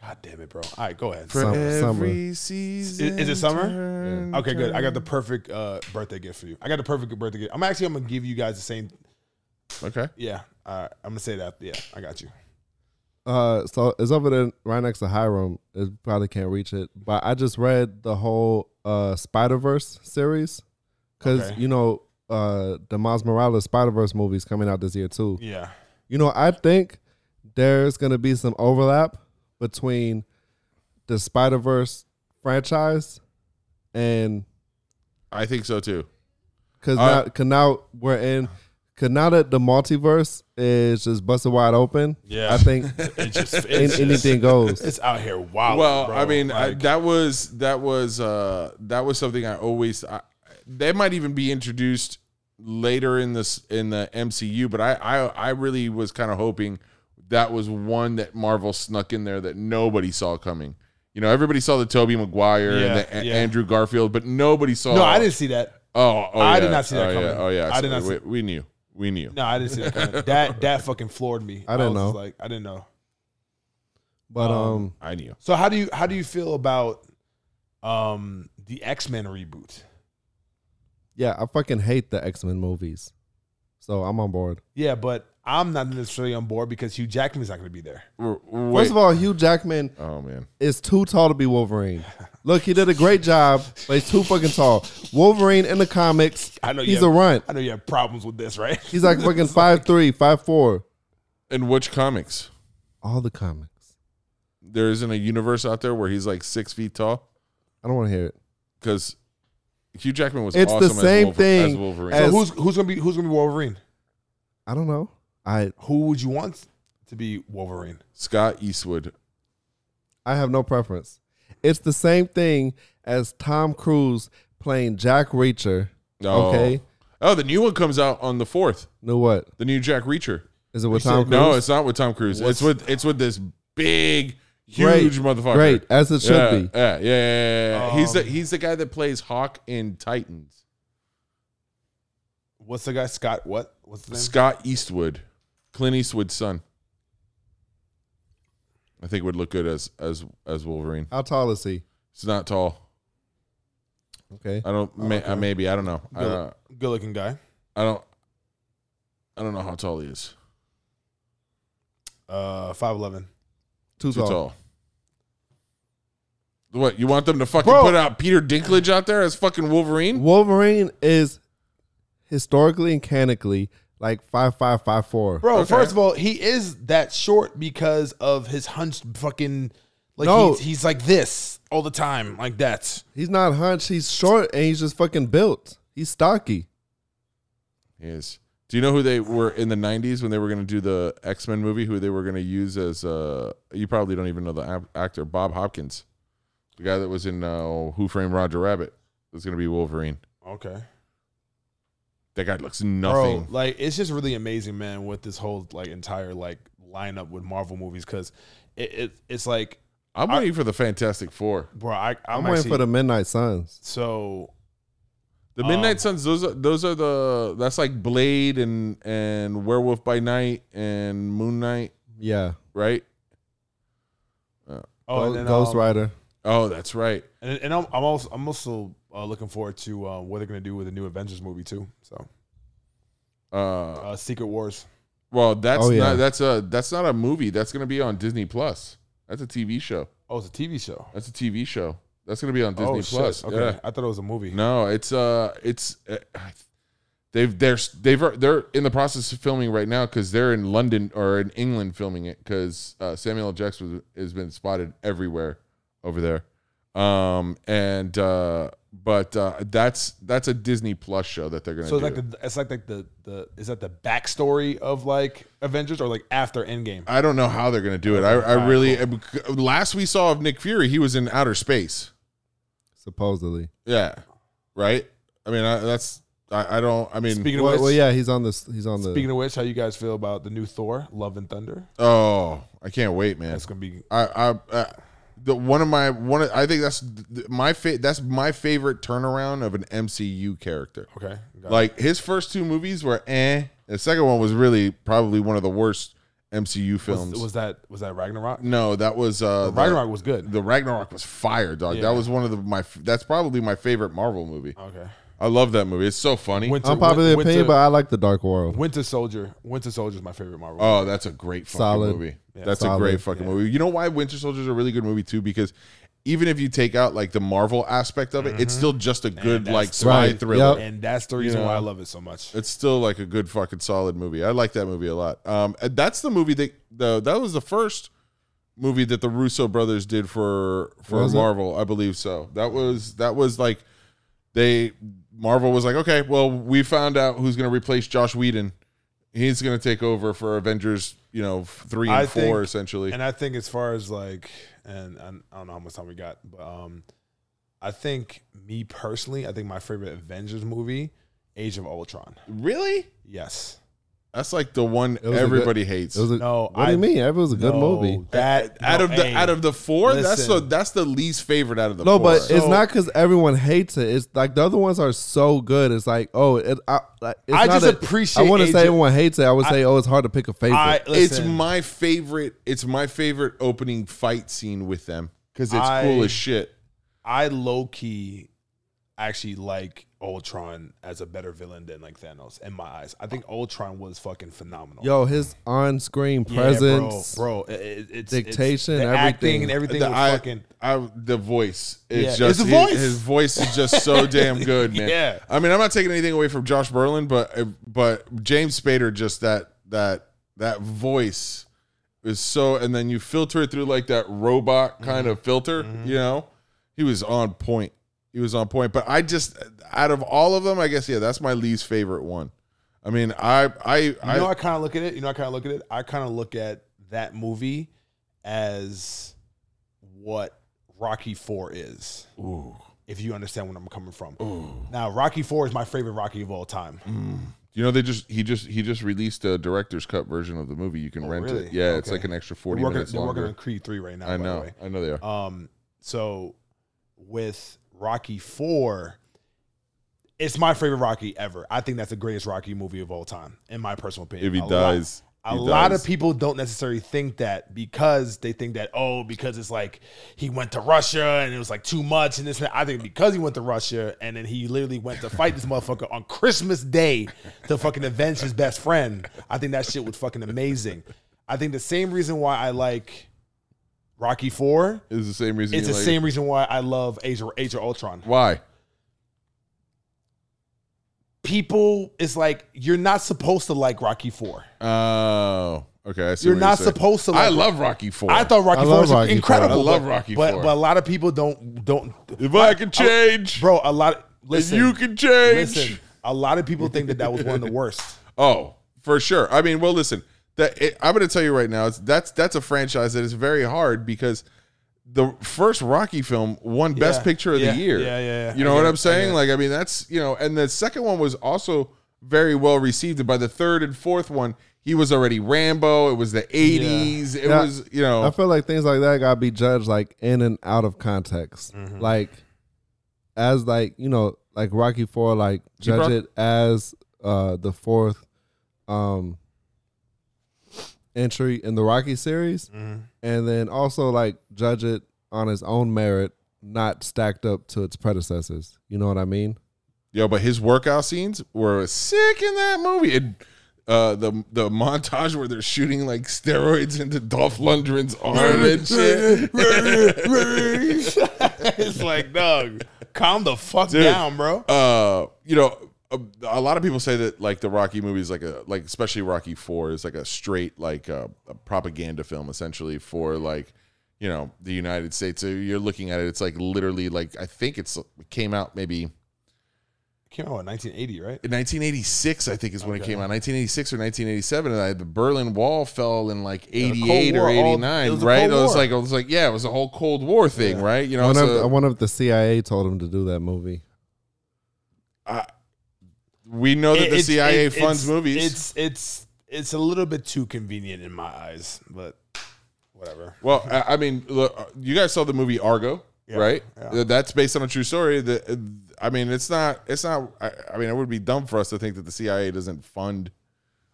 God damn it, bro. All right, go ahead. Summer. season. Is- is it summer? turn- Okay, good. I got the perfect uh, birthday gift for you. I got the perfect birthday gift. I'm actually I'm gonna give you guys the same. Okay. Yeah, uh, I'm gonna say that. Yeah, I got you. Uh, so it's over there right next to Hiram. It probably can't reach it, but I just read the whole uh Spider Verse series because Okay. you know uh the Miles Morales Spider Verse movies coming out this year too. Yeah. You know, I think there's gonna be some overlap between the Spider Verse franchise and I think so too. Cause Uh, I- now, cause now we're in, cause now that the multiverse is just busted wide open. Yeah. I think It's just, it's an- just- anything goes. It's out here wild. well, bro. I mean, I, Like, that was that was uh that was something I always. I, they might even be introduced later in this in the MCU, but I I, I really was kind of hoping that was one that Marvel snuck in there that nobody saw coming. You know, everybody saw the Toby Maguire and the Yeah, A- yeah. Andrew Garfield, but nobody saw. no, I didn't see that. Oh, oh, I yeah. did not see that oh, coming. Yeah. Oh yeah, I did not We, we knew. We knew. No, I didn't see that. Coming. that that fucking floored me. I didn't was just know. Like I didn't know. but um, I knew. So how do you how do you feel about um the X Men reboot? yeah, I fucking hate the X Men movies, so I'm on board. Yeah, but I'm not necessarily on board because Hugh Jackman's not going to be there. W- First of all, Hugh Jackman wait. oh man, is too tall to be Wolverine. Look, he did a great job, but he's too fucking tall. Wolverine in the comics, I know you he's have- a runt. I know you have problems with this, right? He's like fucking five three, five four. in which comics? All the comics. There isn't a universe out there where he's like six feet tall I don't want to hear it. because Hugh Jackman was It's the awesome same as, Wolver- as thing Wolverine. as- So who's who's gonna be who's gonna be Wolverine? I don't know. I Who would you want to be Wolverine? Scott Eastwood. I have no preference. It's the same thing as Tom Cruise playing Jack Reacher. Oh. Okay. Oh, the new one comes out on the fourth. Know what? The new Jack Reacher. Is it with You Tom said Cruise? No, it's not with Tom Cruise. It's with it's with this big, huge motherfucker. Great, as it should yeah, be. Yeah, yeah, yeah. yeah, yeah. he's the Um, he's the guy that plays Hawk in Titans. What's the guy Scott? What? What's the name? Scott Eastwood, Clint Eastwood's son. I think would look good as as as Wolverine. How tall is he? He's not tall. Okay. I don't. May, I, maybe I don't know. I Good- don't. Good looking guy. I don't. I don't know how tall he is. Uh, five eleven. Too, Too tall. tall. What you want them to fucking Bro. put out Peter Dinklage out there as fucking Wolverine? Mm-hmm. Wolverine is historically and canically like five five five four. Bro, Okay. first of all, he is that short because of his hunched fucking. Like No. he's, he's like this all the time, like that. He's not hunched. He's short and he's just fucking built. He's stocky. He is. Do you know who they were in the '90s when they were going to do the X Men movie? Who they were going to use as? Uh, you probably don't even know the ap- actor Bob Hopkins, the guy that was in uh, Who Framed Roger Rabbit, was going to be Wolverine. Okay, That guy looks bro. nothing. Like it's just really amazing, man, with this whole like entire like lineup with Marvel movies because it, it it's like, I'm waiting for the Fantastic Four. bro, I, I'm, I'm, waiting actually, for the Midnight Suns. so The Um, Midnight Suns, those are those are the that's like Blade and and Werewolf by Night and Moon Knight, Yeah. right? oh and Ghost, then, Ghost um, Rider. Oh, that's right. And, and I'm, I'm also I'm also uh, looking forward to uh, what they're gonna do with the new Avengers movie too. So Uh, uh, Secret Wars. well, that's Oh, yeah. not that's a that's not a movie. That's gonna be on Disney Plus. That's a TV show. Oh, it's a TV show. That's a TV show. That's gonna be on Disney oh, shit. Plus. Okay, Yeah. I thought it was a movie. No, it's uh, it's uh, they've they're they've they're in the process of filming right now because they're in London or in England filming it because uh, Samuel L. Jackson was, has been spotted everywhere over there. Um and uh but uh that's that's a Disney Plus show that they're gonna So it's do. like the, it's like like the the is that the backstory of like Avengers or like after Endgame? I don't know how they're gonna do it. I I really uh, last we saw of Nick Fury, he was in outer space. Supposedly. Yeah, right. I mean I, that's I, I don't I mean Speaking of Well, which, well, yeah, he's on this. He's on the. Uh, Speaking of which, how you guys feel about the new Thor, Love and Thunder? oh I can't wait man. That's gonna be I, I, I the one of my one. Of, I think that's th- my fa- that's my favorite turnaround of an MCU character. Okay. got it. Like his first two movies were eh. The second one was really probably one of the worst MCU films. was, was that was that Ragnarok? no, that was uh, the- Ragnarok was good. The Ragnarok was fire, dog. Yeah. That was one of the my. f- That's probably my favorite Marvel movie. okay. I love that movie. It's so funny. Winter, Unpopular Win- opinion, Winter, but I like the Dark World. Winter Soldier. Winter Soldier is my favorite Marvel. movie. Oh, that's a great fucking Solid. movie. that's Solid. a great fucking movie. You know why Winter Soldier is a really good movie too? Because even if you take out like the Marvel aspect of it, it's still just a good Mm-hmm. that's like the- spy Right, yep. thriller. and that's the reason Yeah. why I love it so much. It's still like a good fucking solid movie. I like that movie a lot. Um, and that's the movie that the that was the first movie that the Russo brothers did for for Was it? Marvel, I believe so. That was that was like they Marvel was like, okay, well, we found out who's going to replace Josh Whedon. He's going to take over for Avengers, you know, f- three and I four think- essentially. And I think as far as like, and, and I don't know how much time we got, but um, I think me personally, I think my favorite Avengers movie, Age of Ultron. really? Yes. That's like the one was a everybody hates. It was a, No, what do you I- mean? It was a good No, movie. That out no, of the hey, out of the four, that's the listen. that's the least favorite out of the No, four. but it's not because everyone hates it. It's like the other ones are so good. It's like oh, it, I, like, it's I not just a- appreciate I wouldn't say Agent- everyone hates it. I would say oh, it's hard to pick a favorite. I, it's listen, my favorite. It's my favorite opening fight scene with them because it's I- cool as shit. I low key actually like Ultron as a better villain than like Thanos in my eyes. I think Ultron was fucking phenomenal. Yo, his on-screen Yeah, presence. bro, bro. It- it- it's dictation, it's the acting everything. and everything. The, was I, fucking, I- the voice. Yeah. It's It's just the his- voice. His, voice is just so damn good, man. Yeah. I mean, I'm not taking anything away from Josh Brolin, but but James Spader just that that that voice is so. And then you filter it through like that robot Mm-hmm. kind of filter. You know, he was on point. He was on point. But I just out of all of them, I guess yeah, that's my least favorite one. I mean, I I You I, know, I kind of look at it. You know, I kind of look at it. I kind of look at that movie as what Rocky Four is. If you understand where I'm coming from. Now, Rocky Four is my favorite Rocky of all time. mm. you know they just he just he just released a director's cut version of the movie. You can rent Oh, really? it. Yeah, it's Okay. like an extra We're 40 working, minutes they're working on longer. Creed Three right now. I by the know. way. I know they are. Um, so with Rocky Four, it's my favorite Rocky ever. I think that's the greatest Rocky movie of all time, in my personal opinion. If he A lot- dies, a he lot dies. of people don't necessarily think that because they think that oh, because it's like he went to Russia and it was like too much and this. And that. I think because he went to Russia and then he literally went to fight this motherfucker on Christmas Day to fucking avenge his best friend. I think that shit was fucking amazing. I think the same reason why I like Rocky Four It's the same reason. it's the you like- same reason why I love Age of, Age of Ultron. Why? People, it's like you're not supposed to like Rocky Four. Oh, okay. I see You're what not saying. supposed to I like- love Rocky Four. I thought Rocky I Four love was Rocky IV. incredible. I love but- Rocky but, IV. but a lot of people don't don't. if I can change, Bro, a lot. Of, listen, you can change. Listen, a lot of people think that that was one of the worst. Oh, for sure. I mean, well, listen. That it, I'm going to tell you right now. It's, that's that's a franchise that is very hard because the first Rocky film won Best Yeah, Picture of yeah, the year. yeah, yeah, yeah. You know I get what it, I'm I saying? get it. like, I mean, that's you know, and the second one was also very well received. And by the third and fourth one, he was already Rambo. It was the 80s. It Yeah. was you know. I feel like things like that gotta be judged like in and out of context. Mm-hmm. Like as like you know like Rocky Four like judge brought- it as uh the fourth um entry in the Rocky series, Mm-hmm. and then also like judge it on its own merit, not stacked up to its predecessors. You know what I mean? Yo, but his workout scenes were sick in that movie. And uh, the the montage where they're shooting like steroids into Dolph Lundgren's arm and shit. it's like, dog, calm the fuck down, bro. uh, you know, a, a lot of people say that like the Rocky movies, like a like especially Rocky Four, is like a straight like uh, a propaganda film essentially for like you know the United States. So you're looking at it, it's like literally like I think it's it came out maybe Came out in 1980, right? In 1986, I think is when it came out. 1986 or 1987, and I, the Berlin Wall fell in like the 88 Cold or War, all- 89, it was the right? It Cold was War. like it was like yeah, it was a whole Cold War thing, right? You I know, wonder, if, I so wonder if the CIA told him to do that movie. we know that It- the it's- CIA it- funds it's- movies. It's it's it's a little bit too convenient in my eyes, but whatever. Well, I, I mean, look, uh, you guys saw the movie Argo, right? Th- That's based on a true story. That uh, I mean, it's not. It's not. I, I mean, it would be dumb for us to think that the CIA doesn't fund,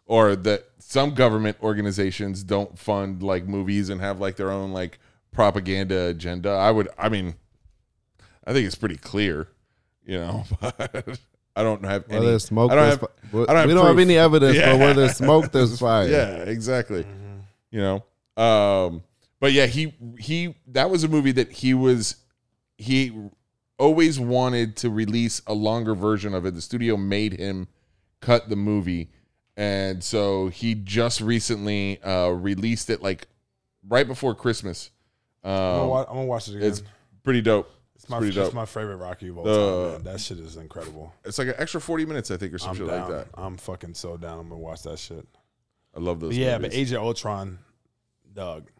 or that some government organizations don't fund like movies and have like their own like propaganda agenda. I would. I mean, I think it's pretty clear, you know. But I don't have any. Where there's smoke, I don't there's have, fi- we I don't have don't have proof. any evidence, but Yeah. where there's smoke, there's Oh, fire. Yeah, exactly. Mm-hmm. You know. Um but yeah, he he that was a movie that he was he always wanted to release a longer version of it. The studio made him cut the movie. And so he just recently uh released it like right before Christmas. I'm, gonna Um, watch, I'm gonna watch it again. it's It's, pretty dope. It's my, pretty it's dope. my favorite Rocky of all The- time. Man. That shit is incredible. It's like an extra 40 minutes I think or some I'm shit down. like that. I'm fucking so down. I'm gonna watch that shit. I love those yeah, but movies. Age of Ultron, Doug.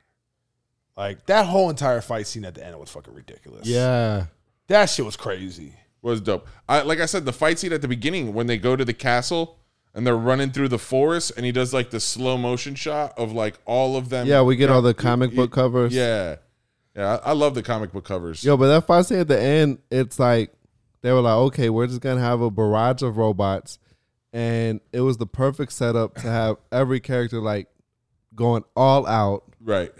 Like that whole entire fight scene at the end was fucking ridiculous. Yeah. that shit was crazy. was dope. I like I said, the fight scene at the beginning when they go to the castle and they're running through the forest, and he does like the slow motion shot of like all of them. Yeah, we get all the comic you- book covers. yeah, yeah. I, I love the comic book covers. Yo, but that fight scene at the end, it's like they were like, okay, we're just gonna have a barrage of robots, and it was the perfect setup to have every character like going all out. Right,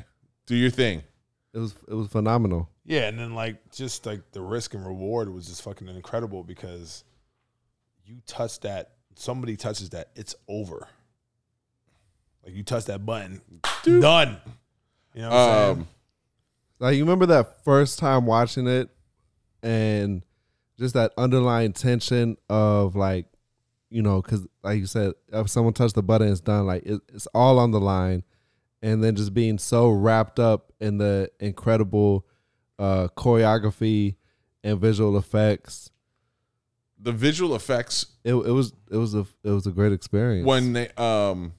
do your thing. It was it was phenomenal. Yeah, and then like just like the risk and reward was just fucking incredible because you touch that, somebody touches that, it's over. Like you touch that button, done. You know what I'm saying? Um, Like you remember that first time watching it, and just that underlying tension of like, you know, because like you said, if someone touched the button, it's done. Like it, it's all on the line, and then just being so wrapped up in the incredible uh, choreography and visual effects. the visual effects It, it was it was a it was a great experience. when they um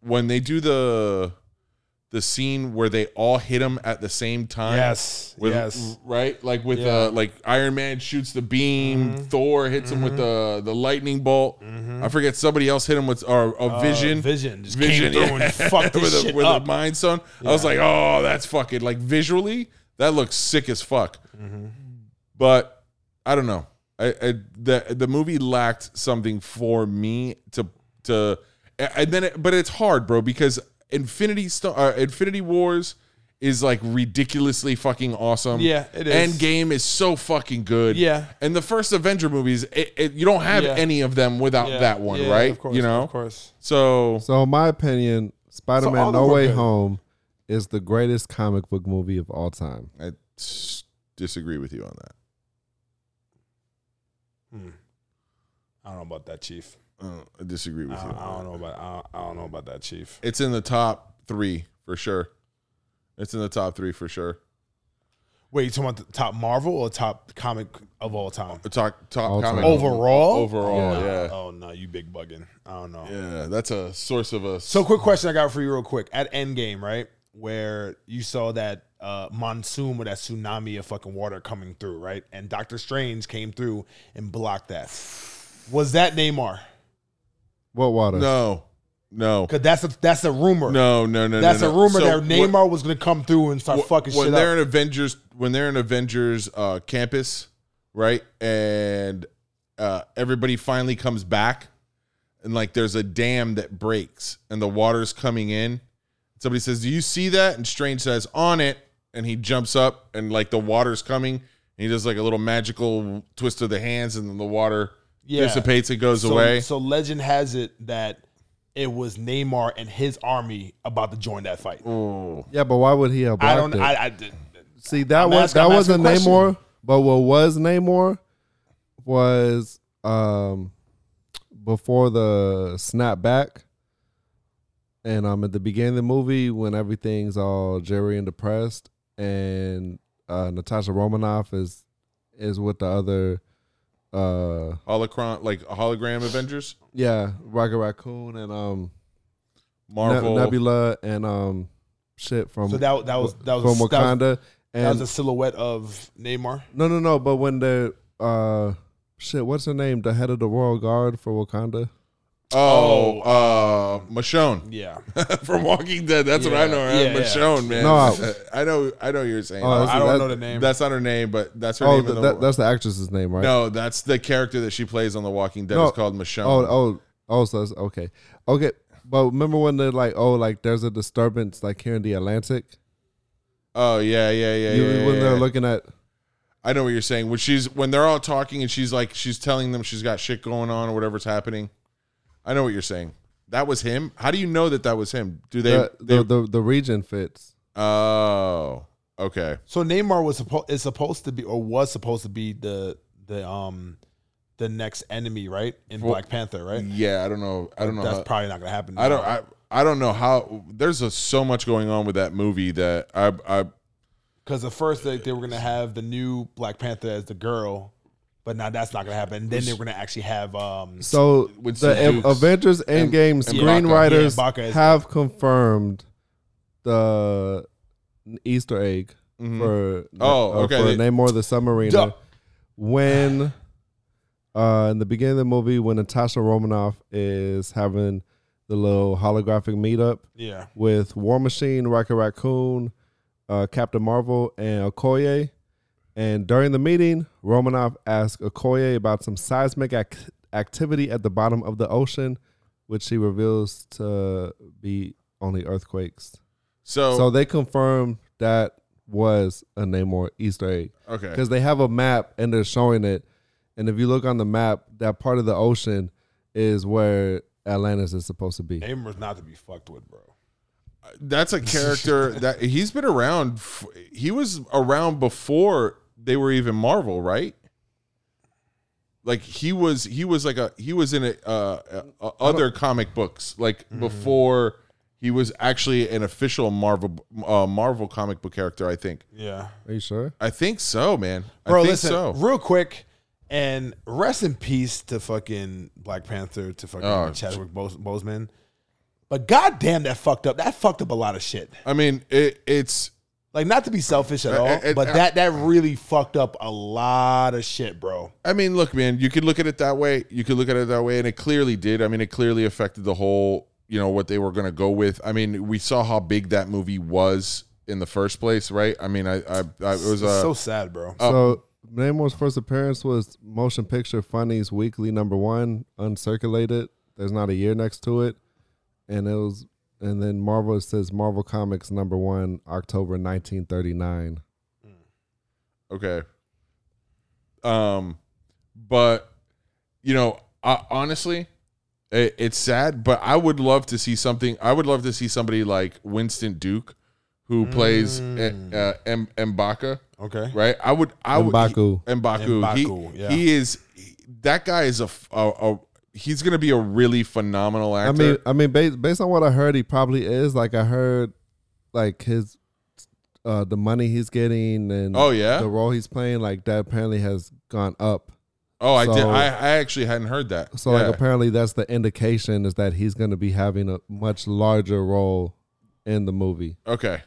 when they do the the scene where they all hit him at the same time. Yes, With, yes. Right? Like with Yeah. Mm-hmm. uh like Iron Man shoots the beam, Thor hits him with the the lightning bolt. I forget somebody else hit him with or a vision. Uh, vision just Vision, came through yeah. and fucked this with a, shit with up. a mind stone. I was like, oh, that's fucking like visually, that looks sick as fuck. Mm-hmm. But I don't know. I, I the the movie lacked something for me to to and then it, but it's hard, bro, because Infinity Star, uh, Infinity Wars is like ridiculously fucking awesome. Yeah, it is. Endgame is so fucking good. Yeah. And the first Avenger movies, it, it, you don't have Yeah. any of them without Yeah, that one, yeah, right? Of course, you know. of course. So so in my opinion, Spider So all Man of No them were Way good. Home is the greatest comic book movie of all time. I s- disagree with you on that. I don't know about that, Chief. Uh, I disagree I, with you. I on don't that. know about I, I don't know about that, Chief. It's in the top three for sure. It's in the top three for sure. Wait, you talking about the top Marvel or top comic of all time? The Top top All comic time. Overall? Overall, Nah. yeah, Oh no, you big bugging. I don't know. yeah. That's a source of a s- So quick question I got for you real quick. At Endgame, right? Where you saw that uh, monsoon with that tsunami of fucking water coming through, right? And Doctor Strange came through and blocked that. Was that Neymar? What water? no, no, Because that's a that's a rumor. no, no, no, no. That's no. a So rumor that what- Neymar was gonna come through and start wh- fucking when shit they're up. in Avengers when they're in Avengers uh, campus, right? And uh, everybody finally comes back, and like there's a dam that breaks, and the water's coming in. Somebody says, "Do you see that?" And Strange says, "On it," and he jumps up, and like the water's coming, and he does like a little magical twist of the hands, and then the water Yeah. dissipates and goes so, away. so legend has it that it was Neymar and his army about to join that fight. Yeah, but why would he have blocked I don't it? I, I did See, that I'm was asking- that I'm asking wasn't a question. Namor, but what was Namor was um before the snap back, and um at the beginning of the movie when everything's all Jerry and depressed, and uh, Natasha Romanoff is is with the other uh Holocron, like hologram Avengers, yeah Rocket Raccoon and um Ne- Marvel. Nebula and um shit from So that that was that was from that was- Wakanda. and That was a silhouette of Neymar. No, no, no. But when the uh, shit, what's her name? The head of the royal guard for Wakanda. oh, uh, Michonne Yeah. from Walking Dead. That's what I know. her Yeah, as. yeah. Michonne, man. No. I know. I know you're saying. Oh, I don't know the name. that's not her name, but that's her Oh, name. in th- the that, wo- that's the actress's name, right? no, that's the character that she plays on The Walking Dead. No. It's called Michonne. Oh, oh, oh. So that's okay, okay. But remember when they're like, oh, like there's a disturbance like here in the Atlantic. Oh, yeah, yeah, yeah. you, yeah, yeah, when they're yeah. looking at, I know what you're saying. When she's when they're all talking and she's like she's telling them she's got shit going on or whatever's happening. I know what you're saying. That was him. How do you know that that was him? Do they? the, they the, the the region fits. oh, okay. So Neymar was supposed is supposed to be or was supposed to be the the um the next enemy, right? In Well, Black Panther, right? Yeah, I don't know. I don't know. That's how- probably not gonna happen. I don't. I, I don't know how. There's a, so much going on with that movie that I. I because at first they, they were gonna have the new Black Panther as the girl, but now that's not gonna happen. then they were gonna actually have um So With the some Am- dudes. Avengers Endgame Ibaka. screenwriters Yeah, Ibaka is- have confirmed the Easter egg for Mm-hmm. Oh, uh, okay, for they- Namor the Submariner Duh. when uh, in the beginning of the movie when Natasha Romanoff is having the little holographic meetup yeah with War Machine, Rocket Raccoon, uh, Captain Marvel, and Okoye. And during the meeting, Romanoff asked Okoye about some seismic ac- activity at the bottom of the ocean, which she reveals to be only earthquakes. so, So they confirmed that was a Namor Easter egg okay. because they have a map and they're showing it. And if you look on the map, that part of the ocean is where Atlantis is supposed to be. Namor's not to be fucked with, bro. that's a character that he's been around. f- He was around before they were even Marvel, right? Like he was, he was like a he was in a, uh, uh, other comic books like Mm-hmm. before he was actually an official Marvel uh, Marvel comic book character. I think, Yeah, Are you sure? I think so, man. bro. I think listen, so. real quick, and rest in peace to fucking Black Panther to fucking Oh, Chadwick Bos- Boseman. But goddamn, that fucked up. That fucked up a lot of shit. I mean, it, it's Like not to be selfish at Uh, all, it- it- but that that really fucked up a lot of shit, bro. I mean, look, man, you could look at it that way. You could look at it that way, and it clearly did. I mean, it clearly affected the whole, you know, what they were going to go with. I mean, we saw how big that movie was in the first place, right? I mean, I, I, I it was It's uh, so sad, bro. So Namor's first appearance was Motion Picture Funnies Weekly number one, uncirculated. There's not a year next to it, and it was, and then Marvel it says Marvel Comics number one, October 1939. okay. Um, but you know, I, honestly, it, it's sad. But I would love to see something. I would love to see somebody like Winston Duke, who plays Mm. uh, uh, M- Mbaka, okay, right? I would, I would. he- Mbaku. Mbaku. Mbaku, he, yeah. he is he- that guy is a, f- a- a- he's going to be a really phenomenal I actor. mean, I mean, based based on what I heard, he probably is. Like I heard, like his, uh, the money he's getting and oh yeah. the role he's playing, like that apparently has gone up. oh, I did. so- I, I actually hadn't heard that. So Yeah. like apparently that's the indication is that he's going to be having a much larger role in the movie. okay.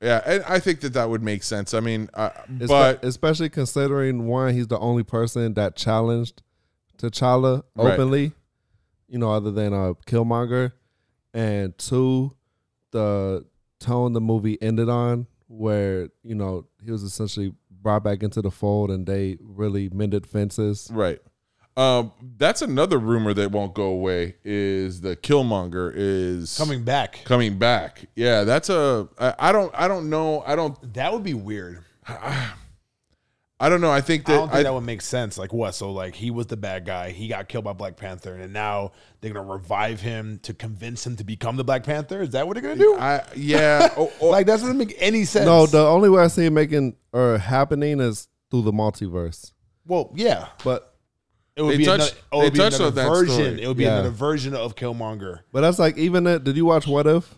Yeah, and I think that that would make sense. I mean, uh, Espe- but especially considering one, he's the only person that challenged T'Challa Right. openly, you know, other than uh, Killmonger, and two, the tone the movie ended on, where you know he was essentially brought back into the fold, and they really mended fences. right. Um, that's another rumor that won't go away is the Killmonger is coming back. coming back. Yeah, that's a I, I don't I don't know. I don't That would be weird. I don't know. I think I that don't think that would make sense. Like what? So like he was the bad guy. He got killed by Black Panther, and now they're gonna revive him to convince him to become the Black Panther. Is that what they're gonna do? I yeah, oh, oh, like that doesn't make any sense. No, the only way I see it making or happening is through the multiverse. well, yeah, But it would They be touched- another, it would they be touched another on that version. story. It would be Yeah. another version of Killmonger. but that's like even it. Did you watch What If?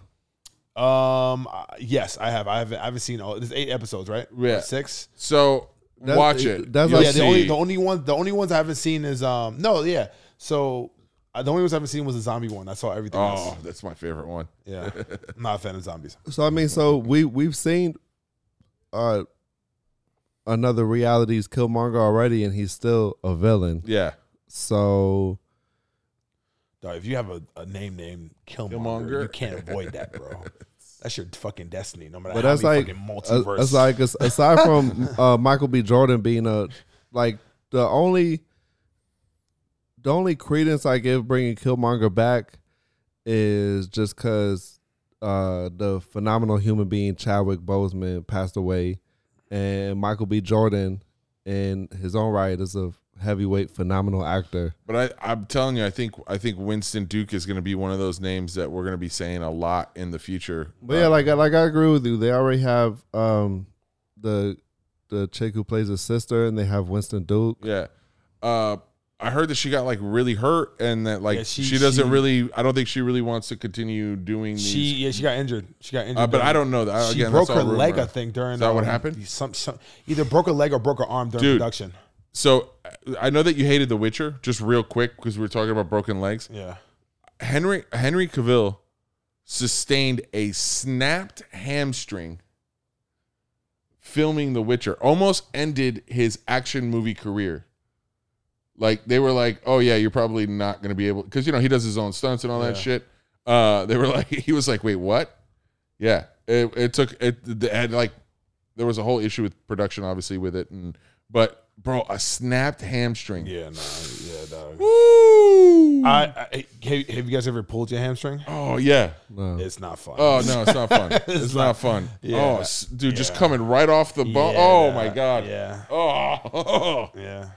Um, uh, yes, I have. I haven't. I haven't seen all. There's eight episodes, right? Or Yeah. six. so That- watch it. that's You'll like- yeah, the only see. the only one the only ones I haven't seen is um no yeah so uh, the only ones I haven't seen was the zombie one. I saw everything Oh, else. that's my favorite one. Yeah, I'm not a fan of zombies. So I mean, so we we've seen uh another realities Killmonger already, and he's still a villain. Yeah. So Dog, if you have a, a name named Killmonger, Killmonger. you can't avoid that, bro. That's your fucking destiny, no matter But how that's many like, fucking uh, multiverse. that's like as- aside from uh, Michael B. Jordan being a like the only the only credence I give bringing Killmonger back is just because uh, the phenomenal human being Chadwick Boseman passed away, and Michael B. Jordan in his own right is a heavyweight phenomenal actor. But I, I'm telling you, I think I think Winston Duke is going to be one of those names that we're going to be saying a lot in the future. But yeah, like I- like I agree with you. They already have um the the chick who plays his sister, and they have Winston Duke. Yeah. Uh, I heard that she got like really hurt and that like Yeah, she, she- doesn't she- really. I don't think she really wants to continue doing these. she, yeah, she got injured. She got injured, uh, but during- I don't know that. She Again, broke that's her all leg, rumor. I think, during Is that what um, happened? Some, some, either broke her leg or broke her arm during Dude. production. So uh, I know that you hated The Witcher. Just real quick, because we were talking about broken legs. Yeah, Henry Henry Cavill sustained a snapped hamstring filming The Witcher. Almost ended his action movie career. Like they were like, "Oh yeah, you're probably not going to be able cuz you know, he does his own stunts and all that Yeah. shit." Uh they were like he was like, "Wait, what?" Yeah. It it took it they had like there was a whole issue with production obviously with it and but bro, a snapped hamstring. yeah, nah, yeah, dog. Woo! I, I have, have you guys ever pulled your hamstring? oh yeah. No. It's not fun. Oh no, it's not fun. it's, It's not, not- fun. Yeah. Oh, s- dude, just Yeah. coming right off the bone. Yeah, oh my god. Yeah, Oh. yeah.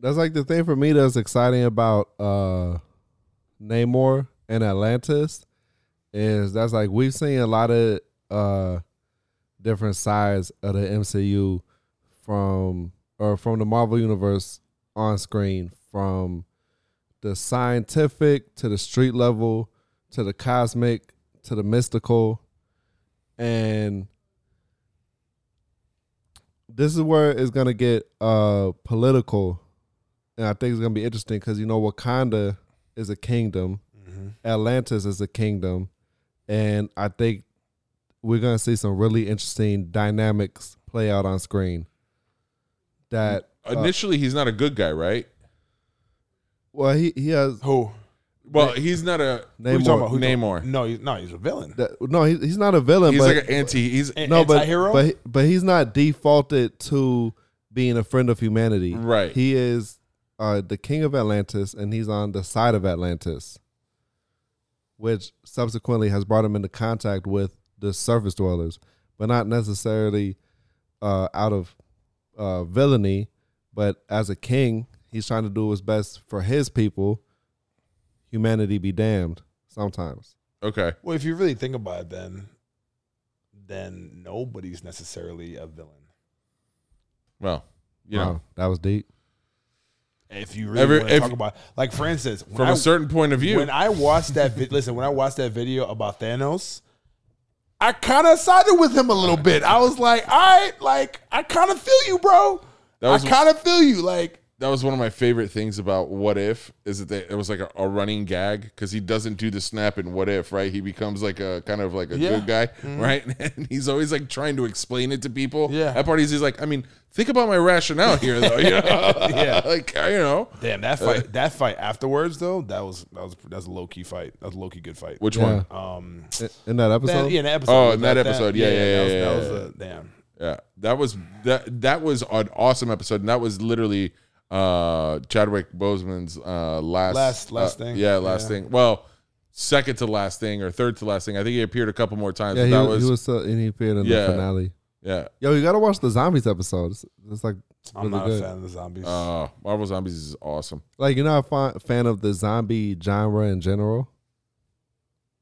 That's like the thing for me that's exciting about uh Namor and Atlantis is that's like we've seen a lot of uh different sides of the MCU from or from the Marvel universe on screen from the scientific to the street level to the cosmic to the mystical and this is where it's gonna get uh political, and I think it's gonna be interesting because you know Wakanda is a kingdom, Mm-hmm. Atlantis is a kingdom, and I think we're gonna see some really interesting dynamics play out on screen. That uh, Initially, he's not a good guy, right? well, he he has Who? Well, he's not a. Who you talking Namor. about? Who you talking- Namor. No, he's, no, he's a villain. That, no, he, he's not a villain. He's but, like an anti. He's An- no, but, anti-hero? but but he's not defaulted to being a friend of humanity. Right. He is uh, the king of Atlantis, and he's on the side of Atlantis, which subsequently has brought him into contact with the surface dwellers, but not necessarily uh, out of uh, villainy. But as a king, he's trying to do what's best for his people. Humanity be damned. Sometimes. okay. Well, if you really think about it, then then nobody's necessarily a villain. Well, you know, Wow, that was deep. If you really Every- want to if- talk about, like, for instance, when from I- a certain point of view, when I watched that, vi- listen, when I watched that video about Thanos, I kind of sided with him a little bit. I was like, all right, like, I kind of feel you, bro. That was- I kind of feel you, like. that was one of my favorite things about What If is that they, it was like a, a running gag because he doesn't do the snap in What If, right? He becomes like a kind of like a Yeah. Mm-hmm. good guy, right? And he's always like trying to explain it to people. Yeah. That part is he's like, I mean, think about my rationale here, though. You know? Yeah. Like, you know. Damn Uh, that fight! That fight afterwards, though, that was that was that's a low key fight. That was a low key good fight. Which Yeah. one? um, In- In that episode, that, yeah, in that episode. Oh, in that episode. Yeah, yeah, that was- yeah, That was, yeah, a damn. Yeah, that was that that was an awesome episode, and that was literally uh Chadwick Boseman's uh last Last- last uh, thing. Yeah, last Yeah. thing. Well, second to last thing or third to last thing. I think he appeared a couple more times. yeah, he, but that was, was, he was still, and he appeared in Yeah. the finale. yeah. Yo, you gotta watch the zombies episode. It's, it's like really I'm not good. a fan of the zombies. Uh, Marvel Zombies is awesome. Like you're not a fan, fan of the zombie genre in general.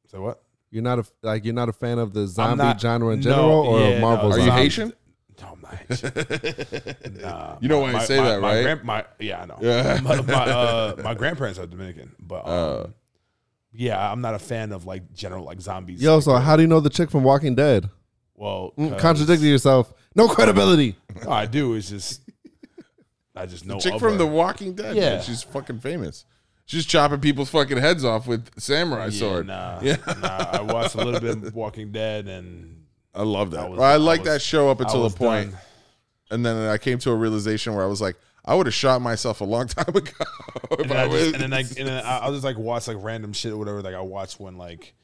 so what? You're not a like you're not a fan of the zombie not- genre in no, general or yeah, no, Marvel. Are you zombies? Haitian? No, I'm not. Haitian. Nah, You know my- why I my- say my- that, my right? grand- my yeah, I know. Yeah. my, my, uh, my grandparents are Dominican, but um, Uh. yeah, I'm not a fan of like general like zombies. Yo, like, so how do you know the chick from Walking Dead? well, Mm, 'cause- Contradicting yourself. No credibility. all I do is just I just know Chick of from her. The Walking Dead. Yeah, Yeah. she's fucking famous. She's chopping people's fucking heads off with samurai yeah, sword. Nah, Yeah. nah, I watched a little bit of Walking Dead and I love that. I, was- well, I like I that was- show up I until a was point, done. and then I came to a realization where I was like, I would have shot myself a long time ago. if And I then, I was- just, and then, I, and then I, I'll just like watch like random shit or whatever. Like I watched when like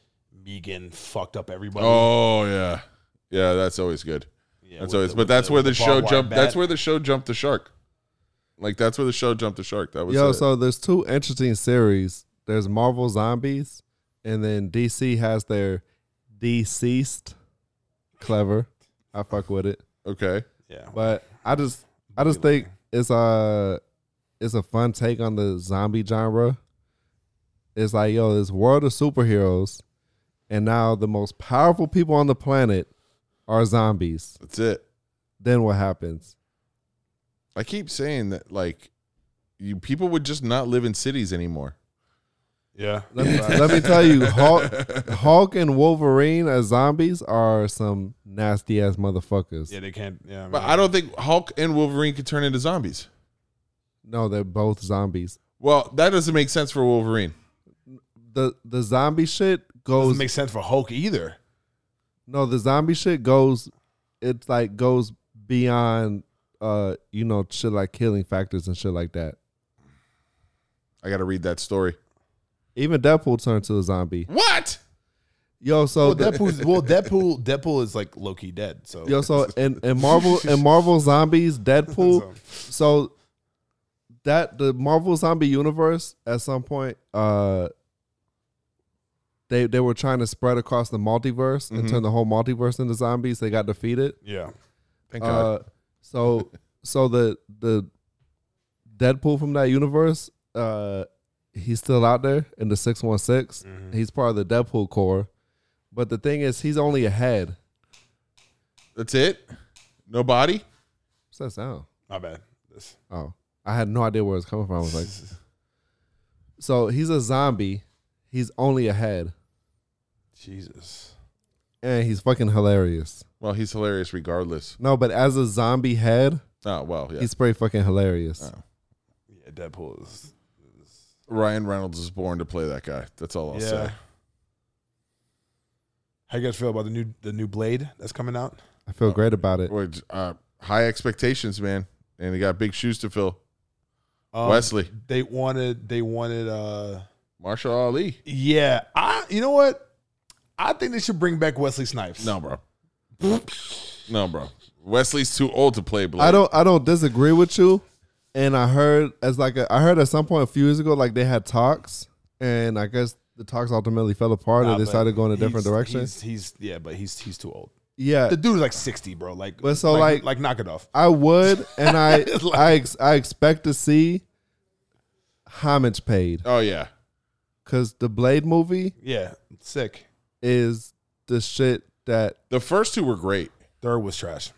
Megan fucked up everybody. oh yeah, yeah, that's always good. Yeah, with That's always, the- but with that's where the with show barbed wire jumped. That's bat. where the show jumped the shark. Like that's where the show jumped the shark. That was Yo, it. so there's two interesting series. There's Marvel Zombies, and then DC has their deceased. Clever, I fuck with it. okay. yeah. But I just, I just think it's a, it's a fun take on the zombie genre. It's like yo, this world of superheroes, and now the most powerful people on the planet are zombies. That's it. Then what happens? I keep saying that like you people would just not live in cities anymore. yeah. Let me, let me tell you, Hulk, Hulk and Wolverine as zombies are some nasty ass motherfuckers. Yeah, they can't. Yeah, I mean, But I don't think Hulk and Wolverine could turn into zombies. No, they're both zombies. Well, that doesn't make sense for Wolverine. The the zombie shit goes doesn't make sense for Hulk either. no, the zombie shit goes it's like goes beyond uh you know shit like killing factors and shit like that. I got to read that story. Even Deadpool turned to a zombie. What? Yo, so Well, the- Deadpool's, well, Oh, Deadpool, Deadpool is like Loki dead. So Yo, so in, in Marvel in Marvel Zombies, Deadpool. so that the Marvel Zombie universe at some point, uh they they were trying to spread across the multiverse and turn the whole multiverse into zombies. They got defeated. yeah, Thank God. Uh, so so the the Deadpool from that universe, uh, he's still out there in the six one six. He's part of the Deadpool core, but the thing is, he's only a head. That's it. No body. What's that sound? my bad. This- Oh, I had no idea where it was coming from. I was like, so he's a zombie. He's only a head, Jesus, and he's fucking hilarious. Well, he's hilarious regardless. No, but as a zombie head, Oh well, yeah. he's pretty fucking hilarious. yeah, Deadpool is. Ryan Reynolds is born to play that guy. That's all I'll Yeah. say. How you guys feel about the new the new Blade that's coming out? I feel great about it. Which uh, high expectations, man, and he got big shoes to fill. Um, Wesley, They wanted. They wanted. uh Marshall Ali. Yeah, I. You know what? I think they should bring back Wesley Snipes. No, bro. no, bro. Wesley's too old to play Blade. I don't I don't disagree with you. And I heard as like a, I heard at some point a few years ago like they had talks, and I guess the talks ultimately fell apart, Nah, and they but started going a different he's- direction. He's, he's yeah, but he's he's too old. Yeah, The dude's like sixty, bro. Like, But so, like, like- like knock it off. I would, and I Like- I ex, I expect to see homage paid Oh yeah. because the Blade movie Yeah, sick. is the shit that The first two were great, Third was trash.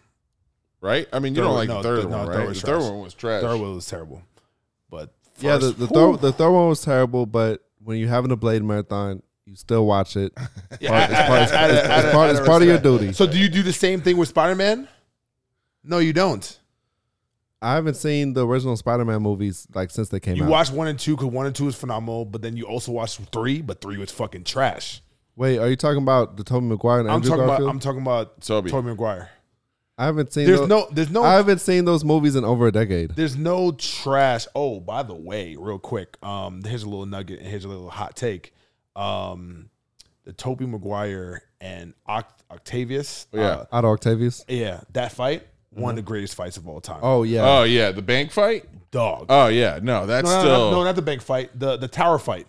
right? I mean, you Third don't one- like no, the third th- no, one, third right? was the third trash. one was trash. Third one was terrible, but yeah the first- the whew. third, the third one was terrible, but when you're having a Blade marathon, you still watch it. Yeah, I- I- it's I- part- I- it's I- I- part- I it's part of your understand. duty. So do you do the same thing with Spider Man? No, you don't. I haven't seen the original Spider-Man movies like since they came You out. watch one and two because one and two is phenomenal, but then you also watch three, but three was fucking trash. Wait, are you talking about the Tobey Maguire and I'm Andrew talking about Garfield? I'm talking about Toby. Tobey Maguire. I haven't seen. There's those, no there's no I haven't seen those movies in over a decade. there's no trash. Oh, by the way, real quick, um, here's a little nugget and here's a little hot take. Um, the Toby Maguire and Oct- Octavius, Oh, yeah. Mm-hmm. uh, Otto Octavius. yeah, that fight, one of the greatest fights of all time. Oh yeah. Uh, Oh yeah, the bank fight. dog. Oh yeah, no, that's no, no, no, still. no, not the bank fight, the the tower fight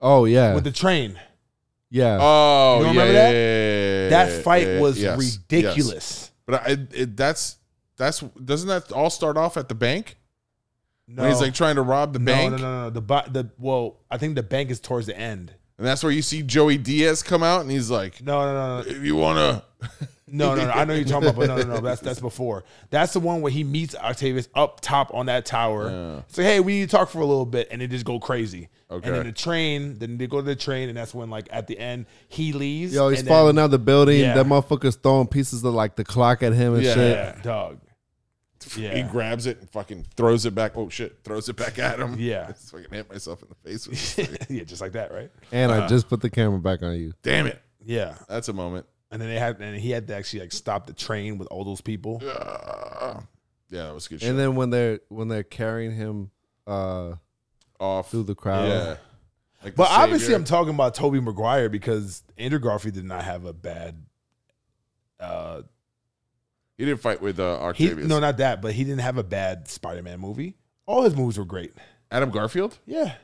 oh yeah. with the uh, train. yeah. Oh, You don't yeah, remember yeah, that? yeah, yeah, yeah, That fight yeah, was yes, yes. ridiculous. But I, it, that's that's doesn't that all start off at the bank No, when he's like trying to rob the no, bank, no, no, no, no. The bu- the well, I think the bank is towards the end. and that's where you see Joey Diaz come out and he's like, No, no, no, no. "If you wanna, No, no, no. I know you're talking about, but no, no, no. That's that's before. That's the one where he meets Octavius up top on that tower. It's like, hey, we need to talk for a little bit, and they just go crazy. Okay. And then the train, then they go to the train, and that's when like at the end he leaves. Yo, he's and falling out the building. Yeah. That motherfucker's throwing pieces of like the clock at him and Yeah. shit. Yeah, dog. he Yeah. grabs it and fucking throws it back. Oh shit, throws it back at him. Yeah. I just fucking hit myself in the face with this thing. yeah, just like that, right? And I just put the camera back on you. Damn it, Yeah. that's a moment. And then they had, and he had to actually like stop the train with all those people. Ah. Yeah, that was good. shit. And then when they're when they're carrying him uh off through the crowd, Yeah. Like the But obviously, savior. I'm talking about Toby Maguire because Andrew Garfield did not have a bad. Uh, he didn't fight with uh, he, Octavius. no, not that, but he didn't have a bad Spider-Man movie. All his movies were great. Adam Garfield. Yeah.